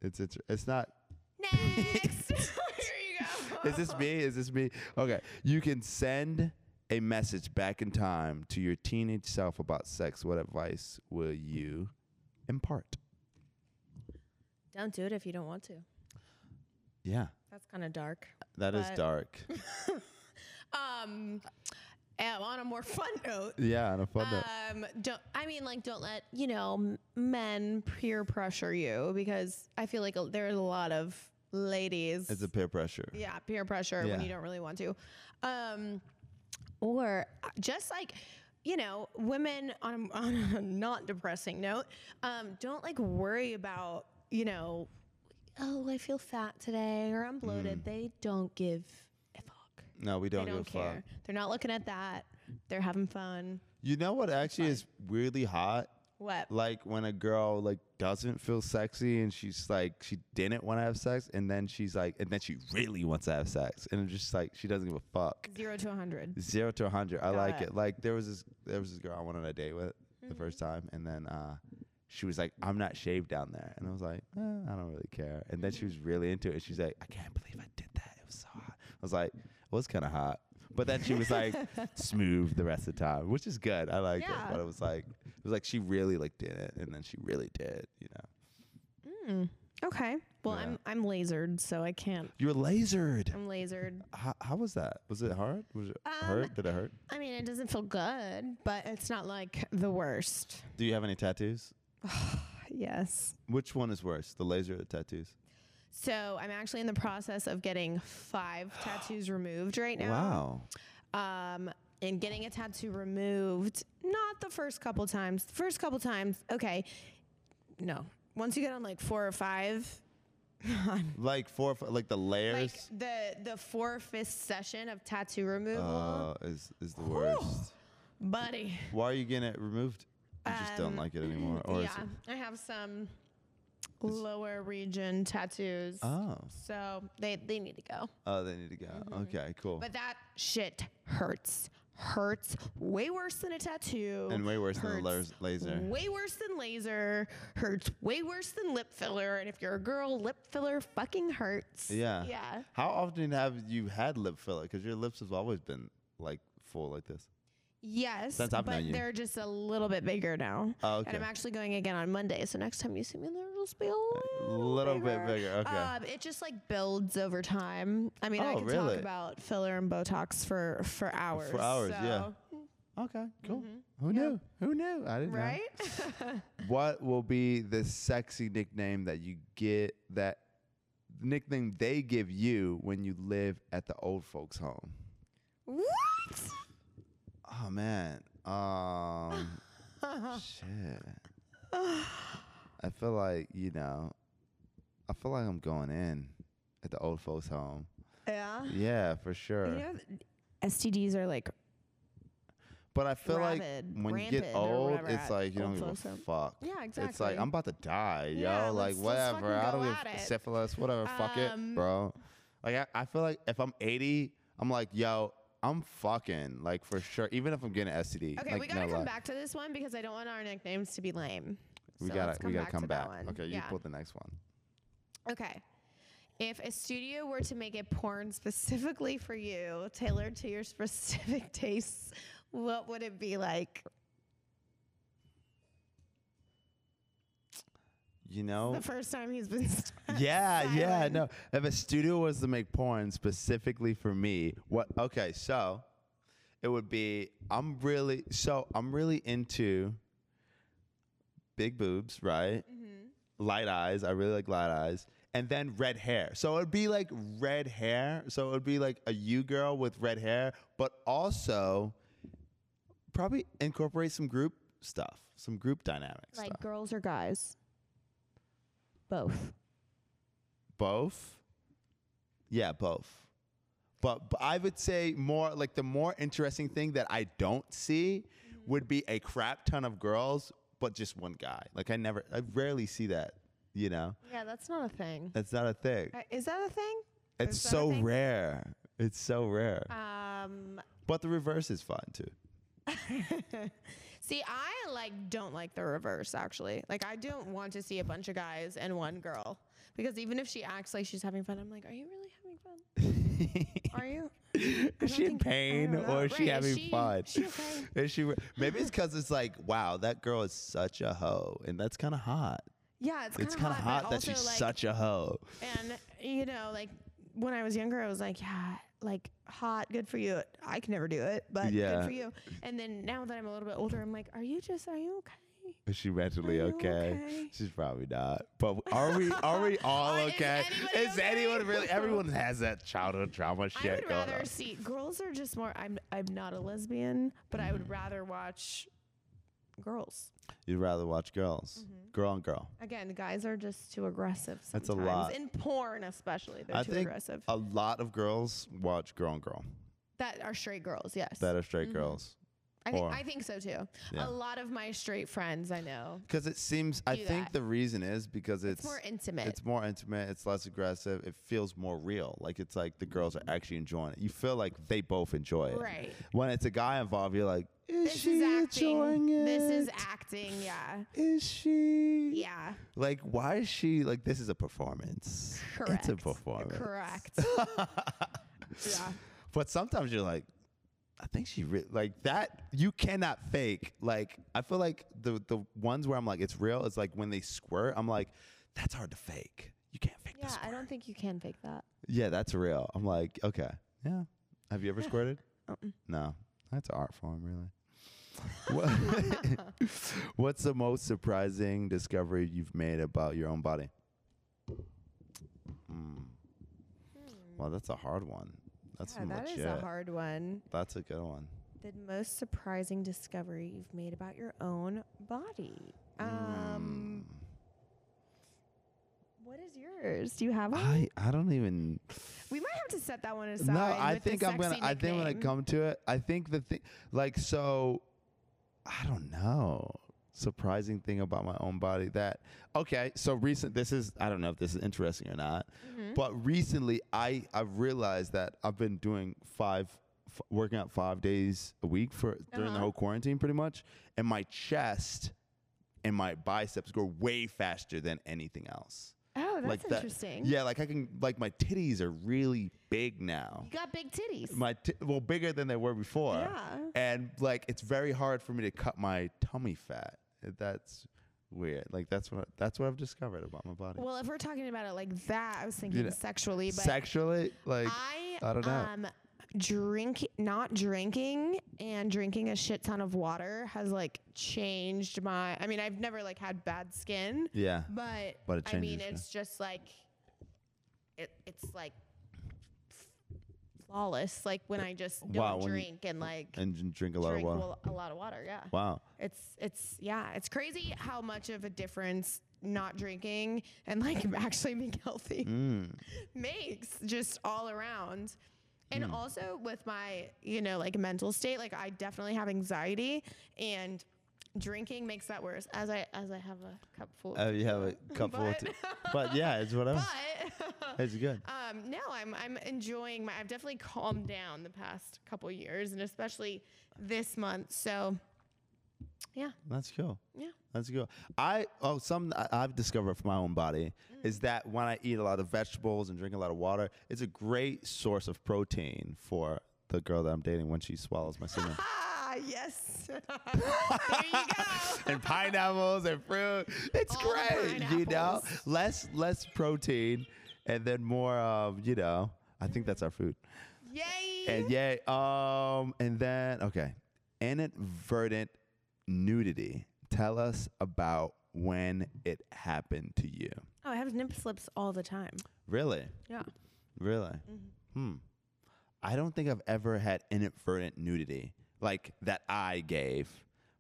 [SPEAKER 1] it's it's it's not. [laughs]
[SPEAKER 2] Next. Here you go.
[SPEAKER 1] Is this me? Is this me? Okay, you can send a message back in time to your teenage self about sex. What advice will you impart?
[SPEAKER 2] Don't do it if you don't want to.
[SPEAKER 1] Yeah,
[SPEAKER 2] That's kind of dark.
[SPEAKER 1] that is
[SPEAKER 2] But- [laughs]
[SPEAKER 1] dark.
[SPEAKER 2] Um, uh, on a more fun note,
[SPEAKER 1] yeah, on a fun note.
[SPEAKER 2] Um, don't I mean like don't let you know m- men peer pressure you because I feel like a, there's a lot of ladies.
[SPEAKER 1] It's a peer pressure.
[SPEAKER 2] yeah, peer pressure when
[SPEAKER 1] Yeah.
[SPEAKER 2] you don't really want to, um, or uh, just like. You know, women on a, on a not depressing note, um, don't like worry about, you know, oh, I feel fat today or I'm bloated. They don't give a fuck.
[SPEAKER 1] No, we Mm. don't,
[SPEAKER 2] they don't
[SPEAKER 1] give a fuck.
[SPEAKER 2] care. They're not looking at that. They're having fun.
[SPEAKER 1] You know what actually is weirdly hot?
[SPEAKER 2] What?
[SPEAKER 1] Like when a girl like doesn't feel sexy and she's like she didn't want to have sex and then she's like and then she really wants to have sex and it's just like she doesn't give a fuck.
[SPEAKER 2] Zero to a 100.
[SPEAKER 1] Zero to a hundred. I
[SPEAKER 2] Got
[SPEAKER 1] like
[SPEAKER 2] it. Mm-hmm.
[SPEAKER 1] it. Like there was this there was this girl I went on a date with the first time and then uh she was like, I'm not shaved down there. And I was like, eh, I don't really care. And then she
[SPEAKER 2] Mm-hmm.
[SPEAKER 1] was really into it. She's like, I can't believe I did that. It was so hot. I was like, it was kind of hot. But then she was
[SPEAKER 2] [laughs]
[SPEAKER 1] like smooth the rest of the time, which is good. I liked
[SPEAKER 2] Yeah.
[SPEAKER 1] it. But it was like, it was like she really like did it. And then she really did, you know.
[SPEAKER 2] Okay. Well,
[SPEAKER 1] Yeah.
[SPEAKER 2] I'm I'm lasered, so I can't.
[SPEAKER 1] You were lasered.
[SPEAKER 2] I'm lasered.
[SPEAKER 1] How, how was that? Was it hard? Was it
[SPEAKER 2] Um,
[SPEAKER 1] hurt? Did it hurt?
[SPEAKER 2] I mean, it doesn't feel good, but it's not like the worst.
[SPEAKER 1] Do you have any tattoos?
[SPEAKER 2] Yes.
[SPEAKER 1] Which one is worse, the laser or the tattoos?
[SPEAKER 2] So I'm actually in the process of getting [gasps] five tattoos removed right now.
[SPEAKER 1] Wow.
[SPEAKER 2] Wow. Um, and getting a tattoo removed, not the first couple times. First couple times, okay. No. Once you get on like four or five, I'm
[SPEAKER 1] Like four, f- like the
[SPEAKER 2] like
[SPEAKER 1] layers.
[SPEAKER 2] the the four fifth session of tattoo removal,
[SPEAKER 1] uh, is is the worst.
[SPEAKER 2] buddy.
[SPEAKER 1] Why are you getting it removed? You just don't
[SPEAKER 2] Um,
[SPEAKER 1] like it anymore, or
[SPEAKER 2] yeah,
[SPEAKER 1] is it?
[SPEAKER 2] I have some lower region tattoos.
[SPEAKER 1] Oh,
[SPEAKER 2] So they, they need to go. Mm-hmm.
[SPEAKER 1] oh, they need to go. Okay, cool.
[SPEAKER 2] But that shit hurts hurts way worse than a tattoo.
[SPEAKER 1] And way worse than a
[SPEAKER 2] hurts
[SPEAKER 1] las- laser.
[SPEAKER 2] Way worse than laser. Hurts way worse than lip filler. And if you're a girl, lip filler fucking hurts.
[SPEAKER 1] Yeah.
[SPEAKER 2] Yeah.
[SPEAKER 1] How often have you had lip filler? Because your lips have always been like full like this.
[SPEAKER 2] Yes.
[SPEAKER 1] Since I've
[SPEAKER 2] but
[SPEAKER 1] known you.
[SPEAKER 2] they're just a little bit bigger now.
[SPEAKER 1] Oh,
[SPEAKER 2] And
[SPEAKER 1] okay.
[SPEAKER 2] I'm actually going again on Monday. So next time you see me, they'll just be a little,
[SPEAKER 1] little bit bigger, okay.
[SPEAKER 2] Um, it just like builds over time. I mean, I
[SPEAKER 1] Oh,
[SPEAKER 2] could
[SPEAKER 1] really?
[SPEAKER 2] talk about filler and Botox for, for hours.
[SPEAKER 1] hours, yeah.
[SPEAKER 2] so-
[SPEAKER 1] Okay, cool. Who knew? Who knew? I didn't
[SPEAKER 2] mm-hmm. Right? [laughs]
[SPEAKER 1] know. What will be the sexy nickname that you get that nickname they give you when you live at the old folks home?
[SPEAKER 2] what? [laughs]
[SPEAKER 1] Oh man. [sighs] Um shit. I feel like, you know, I feel like I'm going in at the old folks home.
[SPEAKER 2] Yeah.
[SPEAKER 1] Yeah, for sure.
[SPEAKER 2] You know, th- STDs are like
[SPEAKER 1] But I feel
[SPEAKER 2] Rabid,
[SPEAKER 1] like when you
[SPEAKER 2] rampant,
[SPEAKER 1] get
[SPEAKER 2] or
[SPEAKER 1] old,
[SPEAKER 2] whatever
[SPEAKER 1] it's
[SPEAKER 2] at
[SPEAKER 1] like you
[SPEAKER 2] Old
[SPEAKER 1] don't give a
[SPEAKER 2] Folks Home.
[SPEAKER 1] fuck.
[SPEAKER 2] Yeah,
[SPEAKER 1] It's like
[SPEAKER 2] exactly.
[SPEAKER 1] I'm about to die,
[SPEAKER 2] Yeah,
[SPEAKER 1] yo. Like
[SPEAKER 2] let's- let's
[SPEAKER 1] whatever.
[SPEAKER 2] fucking
[SPEAKER 1] I don't
[SPEAKER 2] go
[SPEAKER 1] give
[SPEAKER 2] at
[SPEAKER 1] a
[SPEAKER 2] it.
[SPEAKER 1] syphilis, whatever. fuck it,
[SPEAKER 2] Um,
[SPEAKER 1] bro. Like I, I feel like if I'm 80, I'm like, yo, I'm fucking like for sure. Even if I'm getting an STD.
[SPEAKER 2] okay.
[SPEAKER 1] like,
[SPEAKER 2] we gotta
[SPEAKER 1] no
[SPEAKER 2] come
[SPEAKER 1] lie.
[SPEAKER 2] back to this one because I don't want our nicknames to be lame.
[SPEAKER 1] We
[SPEAKER 2] So
[SPEAKER 1] gotta,
[SPEAKER 2] let's
[SPEAKER 1] we gotta come
[SPEAKER 2] to
[SPEAKER 1] back.
[SPEAKER 2] that one.
[SPEAKER 1] Okay, you
[SPEAKER 2] yeah.
[SPEAKER 1] pull the next one.
[SPEAKER 2] Okay. If a studio were to make a porn specifically for you, tailored to your specific [laughs] tastes, what would it be like?
[SPEAKER 1] You know,
[SPEAKER 2] The first time
[SPEAKER 1] [laughs]
[SPEAKER 2] he's been. st-
[SPEAKER 1] Oh. yeah, yeah,
[SPEAKER 2] silent.
[SPEAKER 1] no. If a studio was to make porn specifically for me, what? Okay, so it would be. I'm really so. I'm really into big boobs, right?
[SPEAKER 2] Mm-hmm.
[SPEAKER 1] Light eyes. I really like light eyes, and then red hair. So it'd be like red hair. So it would be like a you girl with red hair, but also probably incorporate some group stuff, some group dynamics.
[SPEAKER 2] like
[SPEAKER 1] stuff.
[SPEAKER 2] girls or guys? Both.
[SPEAKER 1] both yeah both but, but i would say more like the more interesting thing that i don't see would be a crap ton of girls but just one guy like i never i rarely see that you know
[SPEAKER 2] Yeah, that's not a thing.
[SPEAKER 1] that's not a thing
[SPEAKER 2] Uh, Is that a thing?
[SPEAKER 1] it's
[SPEAKER 2] is that a
[SPEAKER 1] so
[SPEAKER 2] thing?
[SPEAKER 1] rare it's so rare
[SPEAKER 2] Um,
[SPEAKER 1] but the reverse is fun too
[SPEAKER 2] see, I like don't like the reverse actually. Like, I don't want to see a bunch of guys and one girl because even if she acts like she's having fun, I'm like, are you really having fun?
[SPEAKER 1] [laughs]
[SPEAKER 2] Are you?
[SPEAKER 1] is she in
[SPEAKER 2] think- I
[SPEAKER 1] pain
[SPEAKER 2] don't know.
[SPEAKER 1] or is she
[SPEAKER 2] Right, is
[SPEAKER 1] having
[SPEAKER 2] she-
[SPEAKER 1] fun
[SPEAKER 2] is she okay?
[SPEAKER 1] [laughs] is she re- maybe it's because it's like wow that girl is such a hoe and that's kind of hot
[SPEAKER 2] Yeah, it's kind
[SPEAKER 1] it's
[SPEAKER 2] of
[SPEAKER 1] kind of hot, that she's
[SPEAKER 2] like,
[SPEAKER 1] such a hoe.
[SPEAKER 2] And you know, like when I was younger, I was like, yeah, like hot, good for you. I can never do it, but
[SPEAKER 1] Yeah.
[SPEAKER 2] good for you. And then now that I'm a little bit older, I'm like, are you just? Are you okay?
[SPEAKER 1] Is she mentally
[SPEAKER 2] Are you
[SPEAKER 1] okay?
[SPEAKER 2] okay?
[SPEAKER 1] She's probably not. But are we are
[SPEAKER 2] [laughs]
[SPEAKER 1] we all
[SPEAKER 2] Are- is
[SPEAKER 1] okay?
[SPEAKER 2] anybody
[SPEAKER 1] is
[SPEAKER 2] okay?
[SPEAKER 1] anyone really everyone has that childhood trauma
[SPEAKER 2] I
[SPEAKER 1] shit
[SPEAKER 2] would
[SPEAKER 1] going
[SPEAKER 2] rather
[SPEAKER 1] on.
[SPEAKER 2] see girls are just more. I'm I'm not a lesbian, but I
[SPEAKER 1] Mm-hmm.
[SPEAKER 2] would rather watch girls.
[SPEAKER 1] You'd rather watch girls.
[SPEAKER 2] Mm-hmm.
[SPEAKER 1] Girl and girl.
[SPEAKER 2] Again, guys are just too aggressive.
[SPEAKER 1] That's
[SPEAKER 2] Sometimes.
[SPEAKER 1] a lot.
[SPEAKER 2] in porn, especially. They're
[SPEAKER 1] I
[SPEAKER 2] too
[SPEAKER 1] think
[SPEAKER 2] aggressive.
[SPEAKER 1] a lot of girls watch girl and girl.
[SPEAKER 2] that are straight girls. Yes,
[SPEAKER 1] That are
[SPEAKER 2] Mm-hmm.
[SPEAKER 1] straight girls.
[SPEAKER 2] I think
[SPEAKER 1] or-
[SPEAKER 2] I think so too.
[SPEAKER 1] Yeah.
[SPEAKER 2] A lot of my straight friends I know.
[SPEAKER 1] Because it seems I
[SPEAKER 2] Do
[SPEAKER 1] think
[SPEAKER 2] that.
[SPEAKER 1] the reason is because it's
[SPEAKER 2] It's more intimate.
[SPEAKER 1] it's more intimate, it's less aggressive, it feels more real. Like it's like the girls are actually enjoying it. You feel like they both enjoy it.
[SPEAKER 2] Mm-hmm. Right.
[SPEAKER 1] When it's a guy involved, you're like, is
[SPEAKER 2] this
[SPEAKER 1] she
[SPEAKER 2] is acting.
[SPEAKER 1] enjoying it?
[SPEAKER 2] This is acting. Yeah.
[SPEAKER 1] is she?
[SPEAKER 2] Yeah.
[SPEAKER 1] Like, why is she like? This is a performance.
[SPEAKER 2] Correct.
[SPEAKER 1] It's a performance. [laughs]
[SPEAKER 2] Correct. yeah.
[SPEAKER 1] But sometimes you're like, I think she re-, like that. You cannot fake. Like, I feel like the the ones where I'm like, it's real. It's like when they squirt. I'm like, that's hard to fake. You can't fake the
[SPEAKER 2] Yeah.
[SPEAKER 1] squirt.
[SPEAKER 2] I don't think you can fake that.
[SPEAKER 1] yeah, that's real. I'm like, okay, yeah. Have you ever squirted?
[SPEAKER 2] Uh-uh.
[SPEAKER 1] No, that's an art form, really. What- [laughs] What's the most surprising discovery you've made about your own body? Mm. Well, that's a hard one. That's
[SPEAKER 2] Hmm. yeah,
[SPEAKER 1] some
[SPEAKER 2] that is
[SPEAKER 1] legit.
[SPEAKER 2] a hard one.
[SPEAKER 1] that's a good one.
[SPEAKER 2] The most surprising discovery you've made about your own body. Um,
[SPEAKER 1] Mm.
[SPEAKER 2] What is yours? Do you
[SPEAKER 1] [sighs]
[SPEAKER 2] have one?
[SPEAKER 1] I I don't even.
[SPEAKER 2] we might have to set that one aside.
[SPEAKER 1] No, I
[SPEAKER 2] with the
[SPEAKER 1] think I'm gonna.
[SPEAKER 2] sexy
[SPEAKER 1] I think when I
[SPEAKER 2] nickname.
[SPEAKER 1] come to it, I think the thing, like, so, I don't know. Surprising thing about my own body that okay. So recent. This is I don't know if this is
[SPEAKER 2] Mm-hmm.
[SPEAKER 1] interesting or not, but recently I I've realized that I've been doing five f- working out five days a week for during the
[SPEAKER 3] Uh-huh.
[SPEAKER 1] whole quarantine, pretty much, and my chest and my biceps grow way faster than anything else.
[SPEAKER 2] Oh, that's
[SPEAKER 1] like that-
[SPEAKER 2] interesting.
[SPEAKER 1] Yeah, like I can like my titties are really big now.
[SPEAKER 2] You got big titties.
[SPEAKER 1] My t- well bigger than they were before.
[SPEAKER 2] Yeah.
[SPEAKER 1] And like it's very hard for me to cut my tummy fat. That's weird. Like that's what that's what I've discovered about my body.
[SPEAKER 2] well, if we're talking about it like that, I was thinking
[SPEAKER 1] know,
[SPEAKER 2] sexually, but
[SPEAKER 1] Sexually, like
[SPEAKER 2] I,
[SPEAKER 1] I don't know.
[SPEAKER 2] Um, drink not drinking and drinking a shit ton of water has like changed my. I mean, I've never like had bad skin,
[SPEAKER 1] yeah.
[SPEAKER 2] but,
[SPEAKER 1] But it
[SPEAKER 2] I mean,
[SPEAKER 1] changes you.
[SPEAKER 2] it's just like it, it's like flawless. Like when I just don't
[SPEAKER 1] Wow, when you-
[SPEAKER 2] drink and like
[SPEAKER 1] And j- drink a lot
[SPEAKER 2] drink
[SPEAKER 1] of water.
[SPEAKER 2] wa- a lot of water. Yeah.
[SPEAKER 1] wow.
[SPEAKER 2] It's it's yeah, it's crazy how much of a difference not drinking and like [laughs] actually being healthy
[SPEAKER 1] Mm.
[SPEAKER 2] makes just all around. And
[SPEAKER 1] Hmm.
[SPEAKER 2] also with my, you know, like mental state, like I definitely have anxiety and drinking makes that worse as I as I have a cup full.
[SPEAKER 1] Oh, you have a cup full of
[SPEAKER 2] But-
[SPEAKER 1] t- But yeah, it's whatever.
[SPEAKER 2] [laughs] but [laughs]
[SPEAKER 1] it's good.
[SPEAKER 2] um, no, I'm I'm enjoying my. I've definitely calmed down the past couple years, and especially this month. So, yeah,
[SPEAKER 1] That's cool.
[SPEAKER 2] yeah.
[SPEAKER 1] That's good. I oh some I- I've discovered from my own body is
[SPEAKER 2] Mm.
[SPEAKER 1] that when I eat a lot of vegetables and drink a lot of water, it's a great source of protein for the girl that I'm dating when she swallows my semen.
[SPEAKER 2] Ah, yes. [laughs] there you [laughs] go.
[SPEAKER 1] [laughs] and pineapples and fruit. It's
[SPEAKER 2] All the
[SPEAKER 1] great, you know.
[SPEAKER 2] pineapples.
[SPEAKER 1] Less less protein and then more um, you know. I think that's our food.
[SPEAKER 2] Yay.
[SPEAKER 1] And yeah, um, and then okay, inadvertent nudity. Tell us about when it happened to you.
[SPEAKER 2] oh, I have nip slips all the time. Oh,
[SPEAKER 1] Really,
[SPEAKER 2] Yeah.
[SPEAKER 1] really.
[SPEAKER 2] Mm-hmm.
[SPEAKER 1] Hmm. I don't think I've ever had inadvertent nudity like that I gave.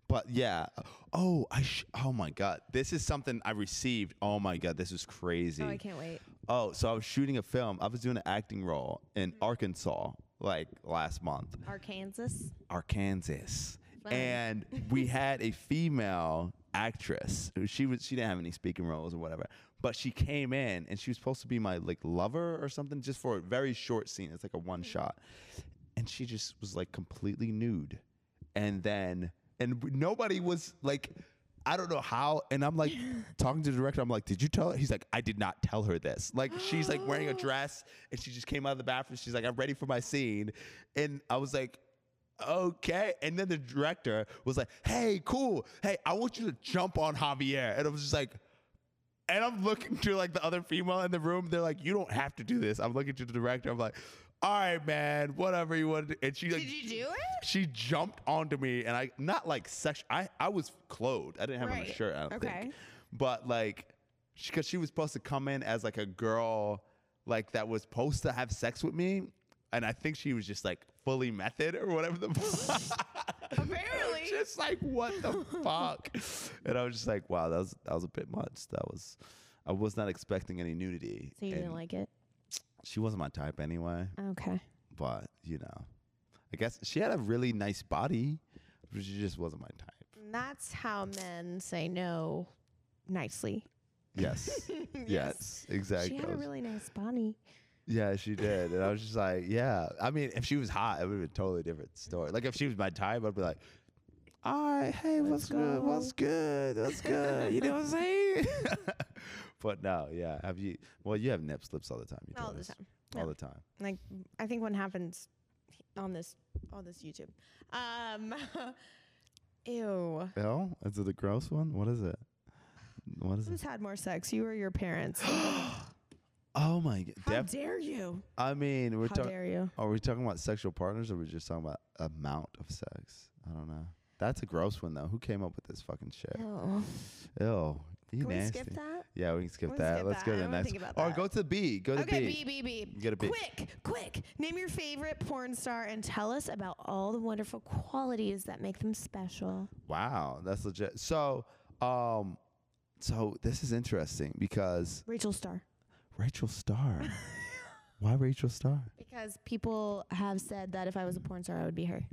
[SPEAKER 1] But yeah. Oh, I sh- oh my god. This is something I received. Oh my god, this is crazy.
[SPEAKER 2] Oh, I can't wait.
[SPEAKER 1] Oh, so I was shooting a film. I was doing an acting role in
[SPEAKER 2] Mm-hmm.
[SPEAKER 1] Arkansas like last month.
[SPEAKER 2] Arkansas.
[SPEAKER 1] Arkansas.
[SPEAKER 2] Fun.
[SPEAKER 1] And we had a female actress. who- She was she didn't have any speaking roles or whatever. But she came in and she was supposed to be my like lover or something just for a very short scene. It's like a one shot. And she just was like completely nude. And then and w- nobody was like I don't know how and I'm like talking to the director I'm like did you tell her? He's like I did not tell her this. Like she's like wearing a dress and she just came out of the bathroom. She's like I'm ready for my scene. And I was like okay. And then the director was like, hey, cool. Hey, I want you to jump on Javier. And I was just like, and I'm looking to like the other female in the room. They're like, you don't have to do this. I'm looking to the director. I'm like, all right, man, whatever you want to do. And she like,
[SPEAKER 2] Did you do it?
[SPEAKER 1] she jumped onto me and I not like sex I I was clothed. I didn't have on a
[SPEAKER 2] Right.
[SPEAKER 1] shirt, I don't
[SPEAKER 2] Okay.
[SPEAKER 1] think. But like because she was supposed to come in as like a girl like that was supposed to have sex with me and I think she was just like fully method or whatever the [laughs]
[SPEAKER 2] Apparently.
[SPEAKER 1] just like what the fuck and I was just like wow that was that was a bit much that was I was not expecting any nudity
[SPEAKER 2] [laughs] So you
[SPEAKER 1] and
[SPEAKER 2] didn't like it?
[SPEAKER 1] she wasn't my type anyway
[SPEAKER 2] Okay.
[SPEAKER 1] but you know, I guess she had a really nice body, but she just wasn't my type.
[SPEAKER 2] That's how men say no nicely. [laughs]
[SPEAKER 1] Yes, yes, exactly.
[SPEAKER 2] She had a really nice body.
[SPEAKER 1] yeah, she did, and I was just like, yeah. I mean, if she was hot, it would have been a totally different story. Like if she was my type, I'd be like. All right, hey, what's good? What's good? What's good? You know what I'm
[SPEAKER 2] [laughs]
[SPEAKER 1] saying? but no, yeah. Have you? Well, you have nip slips all the time. You
[SPEAKER 2] All
[SPEAKER 1] told
[SPEAKER 2] the
[SPEAKER 1] us.
[SPEAKER 2] time,
[SPEAKER 1] All
[SPEAKER 2] yeah.
[SPEAKER 1] the time.
[SPEAKER 2] like I think one happens on this on this YouTube. Um, [laughs] ew.
[SPEAKER 1] Oh, is it the gross one? What is it? What is it?
[SPEAKER 2] Who's had more sex, you or
[SPEAKER 1] [gasps]
[SPEAKER 2] your parents? How
[SPEAKER 1] Oh my god! Def-
[SPEAKER 2] dare you?
[SPEAKER 1] I mean, we're
[SPEAKER 2] How
[SPEAKER 1] talking.
[SPEAKER 2] dare you?
[SPEAKER 1] Are we talking about sexual partners or are we just talking about amount of sex? I don't know. That's a gross one though. Who came up with this fucking shit?
[SPEAKER 2] Oh,
[SPEAKER 1] Ew. You
[SPEAKER 2] can we
[SPEAKER 1] nasty.
[SPEAKER 2] skip that?
[SPEAKER 1] Yeah, we can skip
[SPEAKER 2] We can
[SPEAKER 1] that.
[SPEAKER 2] skip
[SPEAKER 1] Let's
[SPEAKER 2] that.
[SPEAKER 1] go to
[SPEAKER 2] I
[SPEAKER 1] the
[SPEAKER 2] don't wanna
[SPEAKER 1] next
[SPEAKER 2] think about
[SPEAKER 1] Or
[SPEAKER 2] that.
[SPEAKER 1] go to the B. Go to
[SPEAKER 2] Okay,
[SPEAKER 1] B.
[SPEAKER 2] B B B.
[SPEAKER 1] You gotta be-
[SPEAKER 2] Quick, quick. Name your favorite porn star and tell us about all the wonderful qualities that make them special.
[SPEAKER 1] Wow, that's legit. So, um so this is interesting because
[SPEAKER 2] Rachel Starr.
[SPEAKER 1] Rachel
[SPEAKER 2] [laughs]
[SPEAKER 1] Starr. Why Rachel Starr?
[SPEAKER 2] Because people have said that if I was a porn star, I would be her.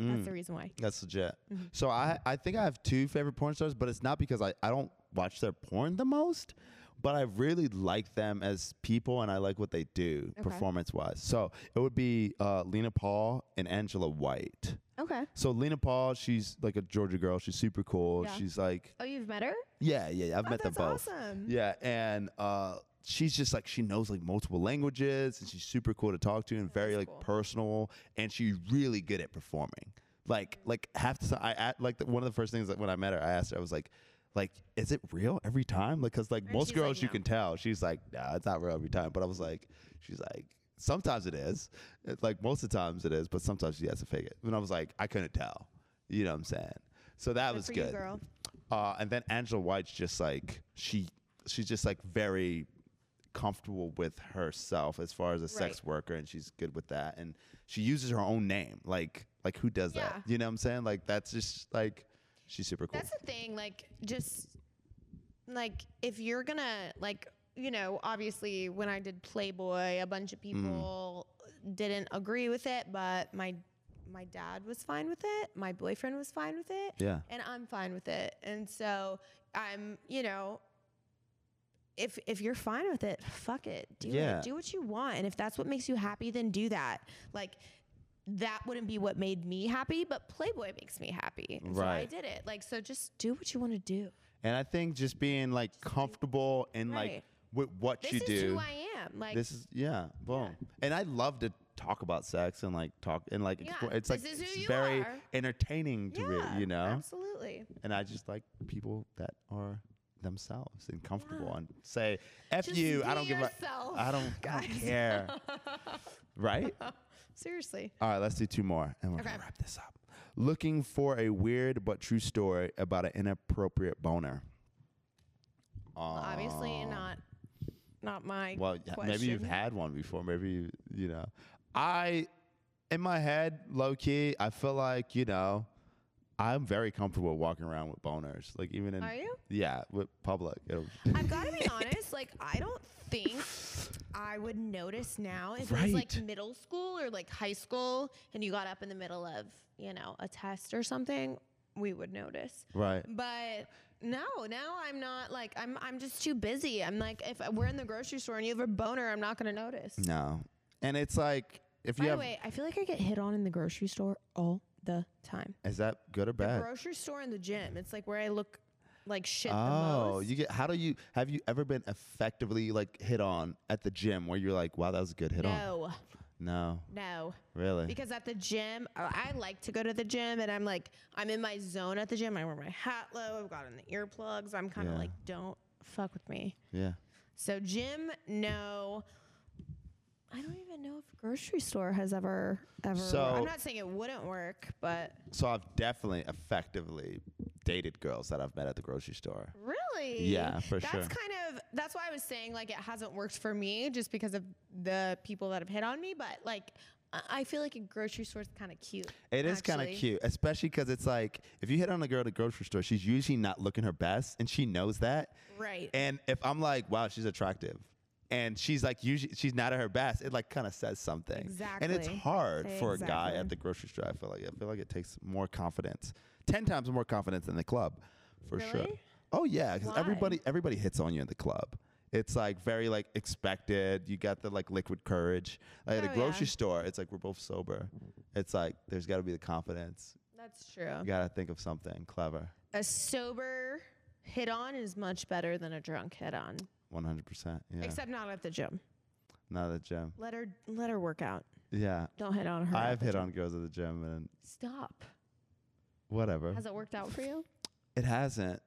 [SPEAKER 1] Mm.
[SPEAKER 2] That's the reason why.
[SPEAKER 1] That's legit. So I I think I have two favorite porn stars, but it's not because I, I don't watch their porn the most, but I really like them as people and I like what they do performance wise. So it would be uh, Lena Paul and Angela White.
[SPEAKER 2] Oh,
[SPEAKER 4] Okay.
[SPEAKER 1] So Lena Paul, she's like a Georgia girl. She's super cool.
[SPEAKER 4] Yeah.
[SPEAKER 1] She's like,
[SPEAKER 4] Oh, you've met her?
[SPEAKER 1] yeah, yeah, yeah. I've met
[SPEAKER 2] Oh, That's
[SPEAKER 1] them both.
[SPEAKER 2] awesome.
[SPEAKER 1] Yeah, and uh, she's just like she knows like multiple languages, and she's super cool to talk to, and very like personal, and she's really good at performing. Like like half the time, I at, like the, one of the first things that when I met her, I asked her, I was like. Like, is it real every time? Like, cause like most
[SPEAKER 4] she's like,
[SPEAKER 1] girls, you
[SPEAKER 4] "No."
[SPEAKER 1] can tell. She's like, nah, it's not real every time. But I was like, she's like, sometimes it is. It's like most of the times it is, but sometimes she has to fake it. And I was like, I couldn't tell. You know what I'm saying? So that was
[SPEAKER 2] for you,
[SPEAKER 1] good.
[SPEAKER 2] girl.
[SPEAKER 1] Uh, and then Angela White's just like she she's just like very comfortable with herself as far as a sex worker and she's good with that and she uses her own name like like who does
[SPEAKER 2] Yeah.
[SPEAKER 1] that you know what i'm saying like that's just like she's super cool
[SPEAKER 2] That's the thing, like just like if you're gonna like you know, obviously when I did Playboy, a bunch of people didn't agree with it, but my my dad was fine with it, my boyfriend was fine with it,
[SPEAKER 1] yeah
[SPEAKER 2] and I'm fine with it. And so I'm, you know, if if you're fine with it, fuck it. Do
[SPEAKER 1] Yeah.
[SPEAKER 2] it. Do what you want. And if that's what makes you happy, then do that. Like that wouldn't be what made me happy, but Playboy makes me happy. And So I
[SPEAKER 1] Right.
[SPEAKER 2] did it. Like so just do what you want to do.
[SPEAKER 1] and i think just being like comfortable and like
[SPEAKER 2] Right.
[SPEAKER 1] with what
[SPEAKER 2] This
[SPEAKER 1] you
[SPEAKER 2] is
[SPEAKER 1] do
[SPEAKER 2] who I am. Like
[SPEAKER 1] this is yeah boom and i love to talk about sex and like talk and like
[SPEAKER 2] Yeah,
[SPEAKER 1] explore. it's like
[SPEAKER 2] this is who
[SPEAKER 1] it's
[SPEAKER 2] you
[SPEAKER 1] very
[SPEAKER 2] are.
[SPEAKER 1] entertaining to read
[SPEAKER 2] yeah,
[SPEAKER 1] you know
[SPEAKER 2] Absolutely.
[SPEAKER 1] and I just like people that are themselves and comfortable and say f you. I
[SPEAKER 2] be
[SPEAKER 1] don't give a.
[SPEAKER 2] yourself,
[SPEAKER 1] I don't. I don't
[SPEAKER 2] guys. [laughs]
[SPEAKER 1] care. right.
[SPEAKER 2] Seriously.
[SPEAKER 1] All right. Let's do two more, and we're gonna wrap this up. Looking for a weird but true story about an inappropriate boner.
[SPEAKER 2] Obviously
[SPEAKER 1] Um,
[SPEAKER 2] not not my
[SPEAKER 1] Well, yeah, maybe you've
[SPEAKER 2] question.
[SPEAKER 1] had one before. Maybe you, you know. I, in my head, low key, I feel like you know, I'm very comfortable walking around with boners. Like even in
[SPEAKER 2] Are you?
[SPEAKER 1] yeah, with public. It'll- [laughs]
[SPEAKER 2] I've got to be honest. Like, I don't think I would notice now if it was like
[SPEAKER 1] Right.
[SPEAKER 2] middle school or like high school, and you got up in the middle of you know a test or something. We would notice,
[SPEAKER 1] right.
[SPEAKER 2] but no, now I'm not like I'm. I'm just too busy. I'm like if we're in the grocery store and you have a boner, I'm not gonna notice.
[SPEAKER 1] No, and it's like if
[SPEAKER 2] By
[SPEAKER 1] you
[SPEAKER 2] the
[SPEAKER 1] have,
[SPEAKER 2] way, I feel like I get hit on in the grocery store all the time.
[SPEAKER 1] is that good or bad?
[SPEAKER 2] Grocery store and the gym. It's like where I look like shit the
[SPEAKER 1] Oh,
[SPEAKER 2] most.
[SPEAKER 1] you get. How do you? Have you ever been effectively like hit on at the gym where you're like, wow, that was a good hit on?
[SPEAKER 2] no,
[SPEAKER 1] No,
[SPEAKER 2] no.
[SPEAKER 1] really.
[SPEAKER 2] Because at the gym, uh, I like to go to the gym and I'm like, I'm in my zone at the gym. I wear my hat low, I've got in the earplugs. I'm kind of
[SPEAKER 1] Yeah.
[SPEAKER 2] like, don't fuck with me.
[SPEAKER 1] yeah.
[SPEAKER 2] So, gym, no. I don't even know if grocery store has ever, ever.
[SPEAKER 1] So-
[SPEAKER 2] I'm not saying it wouldn't work, but
[SPEAKER 1] So I've definitely effectively dated girls that I've met at the grocery store.
[SPEAKER 2] really?
[SPEAKER 1] Yeah, for
[SPEAKER 2] that's
[SPEAKER 1] sure.
[SPEAKER 2] That's kind of, that's why I was saying like it hasn't worked for me just because of the people that have hit on me, but like, I- I feel like a grocery store is kind of cute.
[SPEAKER 1] It is kind of
[SPEAKER 2] actually.
[SPEAKER 1] cute, especially because it's like if you hit on a girl at a grocery store, she's usually not looking her best, and she knows that.
[SPEAKER 2] Right.
[SPEAKER 1] And if I'm like, wow, she's attractive, and she's like, usually she's not at her best, it like kind of says something. And it's
[SPEAKER 2] Exactly.
[SPEAKER 1] hard for a guy
[SPEAKER 2] Exactly.
[SPEAKER 1] at the grocery store. I feel like I feel like it takes more confidence, ten times more confidence than the club, for sure.
[SPEAKER 2] Really?
[SPEAKER 1] Oh yeah, because
[SPEAKER 2] Why?
[SPEAKER 1] everybody everybody hits on you in the club. It's like very like expected. You got the like liquid courage. Like at a
[SPEAKER 2] Oh,
[SPEAKER 1] grocery
[SPEAKER 2] yeah.
[SPEAKER 1] store, it's like we're both sober. It's like there's got to be the confidence.
[SPEAKER 2] That's true.
[SPEAKER 1] You got to think of something clever.
[SPEAKER 2] a sober hit on is much better than a drunk hit on.
[SPEAKER 1] 100. percent Yeah.
[SPEAKER 2] Except not at the gym.
[SPEAKER 1] not at the gym.
[SPEAKER 2] Let her let her work out.
[SPEAKER 1] Yeah.
[SPEAKER 2] Don't hit on her. at
[SPEAKER 1] I've
[SPEAKER 2] the
[SPEAKER 1] hit
[SPEAKER 2] gym.
[SPEAKER 1] on girls at the gym and
[SPEAKER 2] Stop.
[SPEAKER 1] whatever.
[SPEAKER 2] Has it worked out for you?
[SPEAKER 1] It hasn't.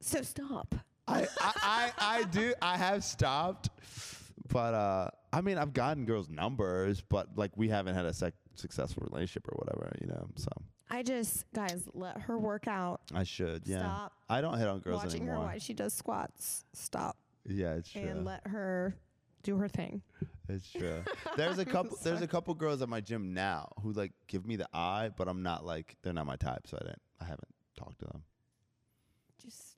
[SPEAKER 2] So stop.
[SPEAKER 1] I, I, I, I do. I have stopped, but uh, I mean, I've gotten girls' numbers, but like we haven't had a sec- successful relationship or whatever, you know. So
[SPEAKER 2] I just guys let her work out.
[SPEAKER 1] I should, yeah.
[SPEAKER 2] Stop
[SPEAKER 1] I don't hit on girls
[SPEAKER 2] Watching her
[SPEAKER 1] anymore.
[SPEAKER 2] while she does squats. Stop
[SPEAKER 1] Yeah, it's true.
[SPEAKER 2] and let her do her thing.
[SPEAKER 1] it's
[SPEAKER 2] [laughs]
[SPEAKER 1] true. There's a couple. there's a couple girls at my gym now who like give me the eye, but I'm not like they're not my type, so I didn't. I haven't talked to them.
[SPEAKER 2] Just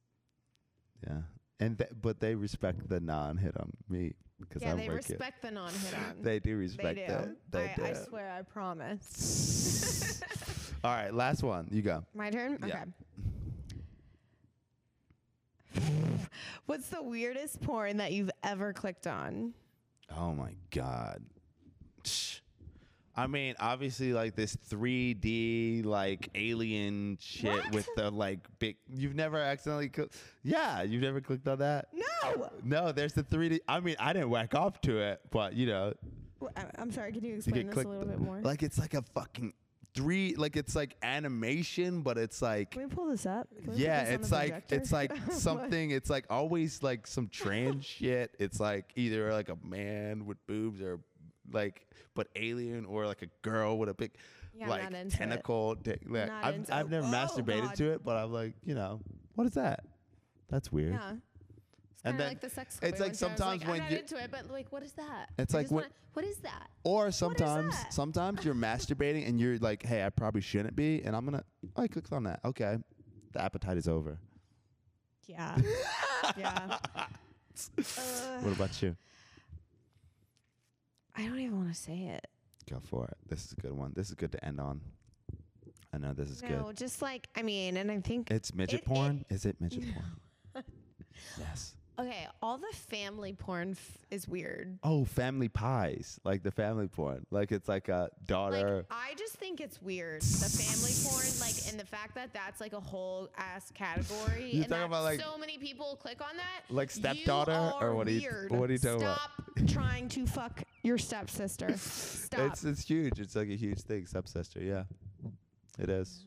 [SPEAKER 1] Yeah, and th- but they respect the non hit on me because
[SPEAKER 2] yeah,
[SPEAKER 1] I'm
[SPEAKER 2] they
[SPEAKER 1] wicked.
[SPEAKER 2] respect the non hit on.
[SPEAKER 1] They do respect
[SPEAKER 2] do.
[SPEAKER 1] that. They
[SPEAKER 2] I,
[SPEAKER 1] do.
[SPEAKER 2] I swear, I promise.
[SPEAKER 1] [laughs] All right, last one. You go.
[SPEAKER 2] My turn?
[SPEAKER 1] Yeah.
[SPEAKER 2] Okay. [laughs] What's the weirdest porn that you've ever clicked on?
[SPEAKER 1] Oh my god. I mean, obviously, like this 3D like alien shit
[SPEAKER 2] What?
[SPEAKER 1] with the like big. You've never accidentally, cl- yeah, you've never clicked on that.
[SPEAKER 2] No.
[SPEAKER 1] No, there's the 3D. I mean, I didn't whack off to it, but you know,
[SPEAKER 2] Wh- I- I'm sorry. Could you
[SPEAKER 1] you
[SPEAKER 2] explain
[SPEAKER 1] could
[SPEAKER 2] this
[SPEAKER 1] click
[SPEAKER 2] a little
[SPEAKER 1] the-
[SPEAKER 2] bit more?
[SPEAKER 1] Like it's like a fucking three. Like it's like animation, but it's like
[SPEAKER 2] Can we pull this up? Can we put
[SPEAKER 1] yeah,
[SPEAKER 2] this on the
[SPEAKER 1] it's like
[SPEAKER 2] projector?
[SPEAKER 1] it's
[SPEAKER 2] [laughs]
[SPEAKER 1] like something. It's like always like some trans shit. It's like either like a man with boobs or like but alien or like a girl with a big
[SPEAKER 2] Yeah, I'm
[SPEAKER 1] like
[SPEAKER 2] not into it.
[SPEAKER 1] tentacle. dick. Like,
[SPEAKER 2] Not
[SPEAKER 1] I've,
[SPEAKER 2] into-
[SPEAKER 1] I've never
[SPEAKER 2] Oh,
[SPEAKER 1] masturbated
[SPEAKER 2] God.
[SPEAKER 1] to it, but I'm like you know what is that? That's weird.
[SPEAKER 2] yeah.
[SPEAKER 1] And
[SPEAKER 4] Kinda
[SPEAKER 1] then
[SPEAKER 4] like the sex
[SPEAKER 1] it's
[SPEAKER 4] toy
[SPEAKER 1] like
[SPEAKER 4] ones where I was
[SPEAKER 1] sometimes
[SPEAKER 4] like,
[SPEAKER 1] when
[SPEAKER 4] I'm not
[SPEAKER 1] you-
[SPEAKER 4] into it, but like, what is that?
[SPEAKER 1] It's
[SPEAKER 4] I
[SPEAKER 1] like
[SPEAKER 4] just
[SPEAKER 1] when-
[SPEAKER 4] wanna- what is that?
[SPEAKER 1] Or sometimes,
[SPEAKER 4] that?
[SPEAKER 1] sometimes you're masturbating and you're like, "Hey, I probably shouldn't be," and I'm gonna, I clicked on that. Okay, the appetite is over. [laughs]
[SPEAKER 2] Yeah. yeah. Uh,
[SPEAKER 1] What about you?
[SPEAKER 2] I don't even want to say it.
[SPEAKER 1] Go for it. This is a good one. This is good to end on. I know this is
[SPEAKER 2] no,
[SPEAKER 1] good.
[SPEAKER 2] just like I mean, and I think
[SPEAKER 1] It's midget
[SPEAKER 2] it-
[SPEAKER 1] porn. Is it midget porn?
[SPEAKER 2] [laughs]
[SPEAKER 1] yes.
[SPEAKER 2] okay, all the family porn f- is weird.
[SPEAKER 1] Oh, family pies, like the family porn, like it's like a daughter.
[SPEAKER 2] Like I just think it's weird. The family porn, like, and the fact that that's like a whole ass category,
[SPEAKER 1] You
[SPEAKER 2] and
[SPEAKER 1] talking
[SPEAKER 2] that
[SPEAKER 1] about, like-
[SPEAKER 2] so many people click on that.
[SPEAKER 1] Like
[SPEAKER 2] you
[SPEAKER 1] stepdaughter, or
[SPEAKER 2] are
[SPEAKER 1] what are you-
[SPEAKER 2] weird.
[SPEAKER 1] what are you talking about?
[SPEAKER 2] Stop trying to fuck
[SPEAKER 1] [laughs]
[SPEAKER 2] your stepsister. Stop.
[SPEAKER 1] it's it's huge. It's like a huge thing. Stepsister. Yeah, it is.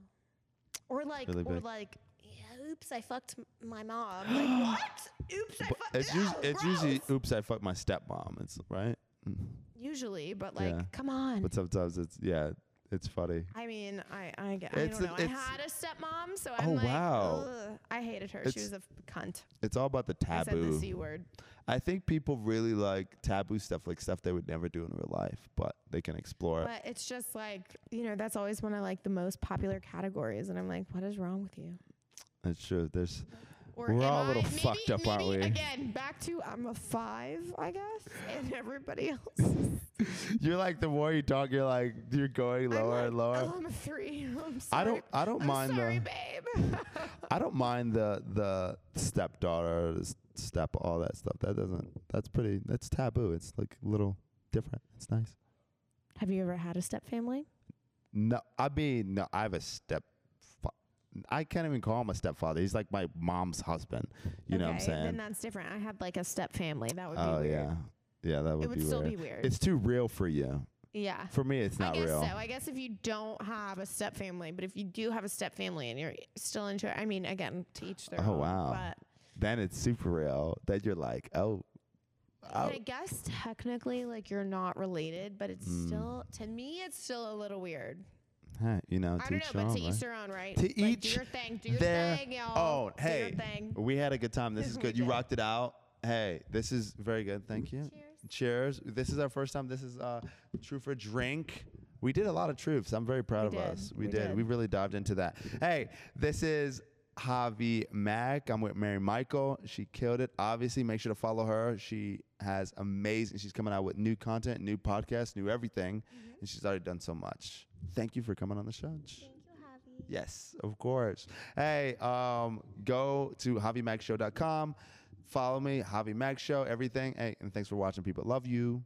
[SPEAKER 2] or like,
[SPEAKER 1] really
[SPEAKER 2] or
[SPEAKER 1] big.
[SPEAKER 2] like, yeah, oops, I fucked m- my mom.
[SPEAKER 1] [gasps]
[SPEAKER 2] Like what? Oops, I
[SPEAKER 1] But
[SPEAKER 2] fucked.
[SPEAKER 1] it's usually, it's usually. Oops, I fucked my stepmom. It's right.
[SPEAKER 2] usually, but like,
[SPEAKER 1] Yeah.
[SPEAKER 2] come on.
[SPEAKER 1] But sometimes it's yeah, it's funny.
[SPEAKER 2] I mean, I I, g- I
[SPEAKER 1] It's a-
[SPEAKER 2] don't know. I
[SPEAKER 1] it's-
[SPEAKER 2] had a stepmom, so I'm
[SPEAKER 1] Oh,
[SPEAKER 2] like,
[SPEAKER 1] wow.
[SPEAKER 2] ugh, I hated her.
[SPEAKER 1] It's
[SPEAKER 2] she was a f- cunt.
[SPEAKER 1] It's all about the
[SPEAKER 2] I said the
[SPEAKER 1] taboo.
[SPEAKER 2] c word.
[SPEAKER 1] I think people really like taboo stuff, like stuff they would never do in real life, but they can explore it.
[SPEAKER 2] But it's just like, you know, that's always one of like the most popular categories. And I'm like, what is wrong with you?
[SPEAKER 1] That's true. There's
[SPEAKER 2] Or
[SPEAKER 1] We're
[SPEAKER 2] am
[SPEAKER 1] all a little
[SPEAKER 2] maybe-
[SPEAKER 1] fucked up, aren't
[SPEAKER 2] maybe,
[SPEAKER 1] we?
[SPEAKER 2] Again, back to I'm a five, I guess, and everybody else.
[SPEAKER 1] [laughs]
[SPEAKER 2] is-
[SPEAKER 1] you're like the more you talk, you're like you're going
[SPEAKER 2] I'm
[SPEAKER 1] lower
[SPEAKER 2] like,
[SPEAKER 1] and lower.
[SPEAKER 2] Oh, I'm a three. [laughs] I'm sorry.
[SPEAKER 1] I don't I don't
[SPEAKER 2] I'm
[SPEAKER 1] mind
[SPEAKER 2] sorry,
[SPEAKER 1] the
[SPEAKER 2] babe.
[SPEAKER 1] [laughs] I don't mind the the stepdaughter, the s- step all that stuff. That doesn't that's pretty that's taboo. It's like a little different. It's nice.
[SPEAKER 2] Have you ever had a step family?
[SPEAKER 1] No, I mean, no, I have a step. I can't even call him a stepfather. He's like my mom's husband. You know what I'm
[SPEAKER 2] Then
[SPEAKER 1] saying?
[SPEAKER 2] that's different. I had like a step family. That would be
[SPEAKER 1] Oh
[SPEAKER 2] weird.
[SPEAKER 1] yeah, yeah, that would,
[SPEAKER 2] It would
[SPEAKER 1] be,
[SPEAKER 2] still
[SPEAKER 1] weird.
[SPEAKER 2] be weird.
[SPEAKER 1] It's too real for you.
[SPEAKER 2] yeah.
[SPEAKER 1] For me, it's not
[SPEAKER 2] I guess
[SPEAKER 1] real.
[SPEAKER 2] so. I guess if you don't have a step family, but if you do have a step family and you're still into it, I mean, again, to each their
[SPEAKER 1] Oh,
[SPEAKER 2] own.
[SPEAKER 1] wow.
[SPEAKER 2] But
[SPEAKER 1] Then it's super real. Then you're like, oh,
[SPEAKER 2] and
[SPEAKER 1] oh.
[SPEAKER 2] I guess technically, like, you're not related, but it's
[SPEAKER 1] Hmm.
[SPEAKER 2] still, to me, it's still a little weird.
[SPEAKER 1] huh, you know, to
[SPEAKER 2] I don't
[SPEAKER 1] each
[SPEAKER 2] know,
[SPEAKER 1] their
[SPEAKER 2] but
[SPEAKER 1] own,
[SPEAKER 2] to each
[SPEAKER 1] right?
[SPEAKER 2] their own, right?
[SPEAKER 1] To
[SPEAKER 2] Like, do
[SPEAKER 1] each
[SPEAKER 2] your thing. Do your
[SPEAKER 1] their
[SPEAKER 2] thing, y'all.
[SPEAKER 1] own.
[SPEAKER 2] Do your
[SPEAKER 1] Hey,
[SPEAKER 2] thing.
[SPEAKER 1] we had a good time.
[SPEAKER 2] [laughs]
[SPEAKER 1] This is
[SPEAKER 2] We
[SPEAKER 1] good. You
[SPEAKER 2] did.
[SPEAKER 1] rocked it out. Hey, this is very good. Thank you. Cheers. This is our first time. This is uh, True for Drink. We did a lot of truths. I'm very proud
[SPEAKER 2] We
[SPEAKER 1] of
[SPEAKER 2] did.
[SPEAKER 1] us. We,
[SPEAKER 2] We
[SPEAKER 1] did.
[SPEAKER 2] did.
[SPEAKER 1] We really dived into that. Hey, this is Javi Mack. I'm with Mary Michael. She killed it. Obviously, make sure to follow her. She has amazing. She's coming out with new content, new podcast, new everything,
[SPEAKER 2] Mm-hmm.
[SPEAKER 1] and she's already done so much. Thank you for coming on the show. Yes, of course. Hey, um, go to JaviMaxShow.com. Follow me, Javi Max Show, everything. Hey, and thanks for watching, people. Love you.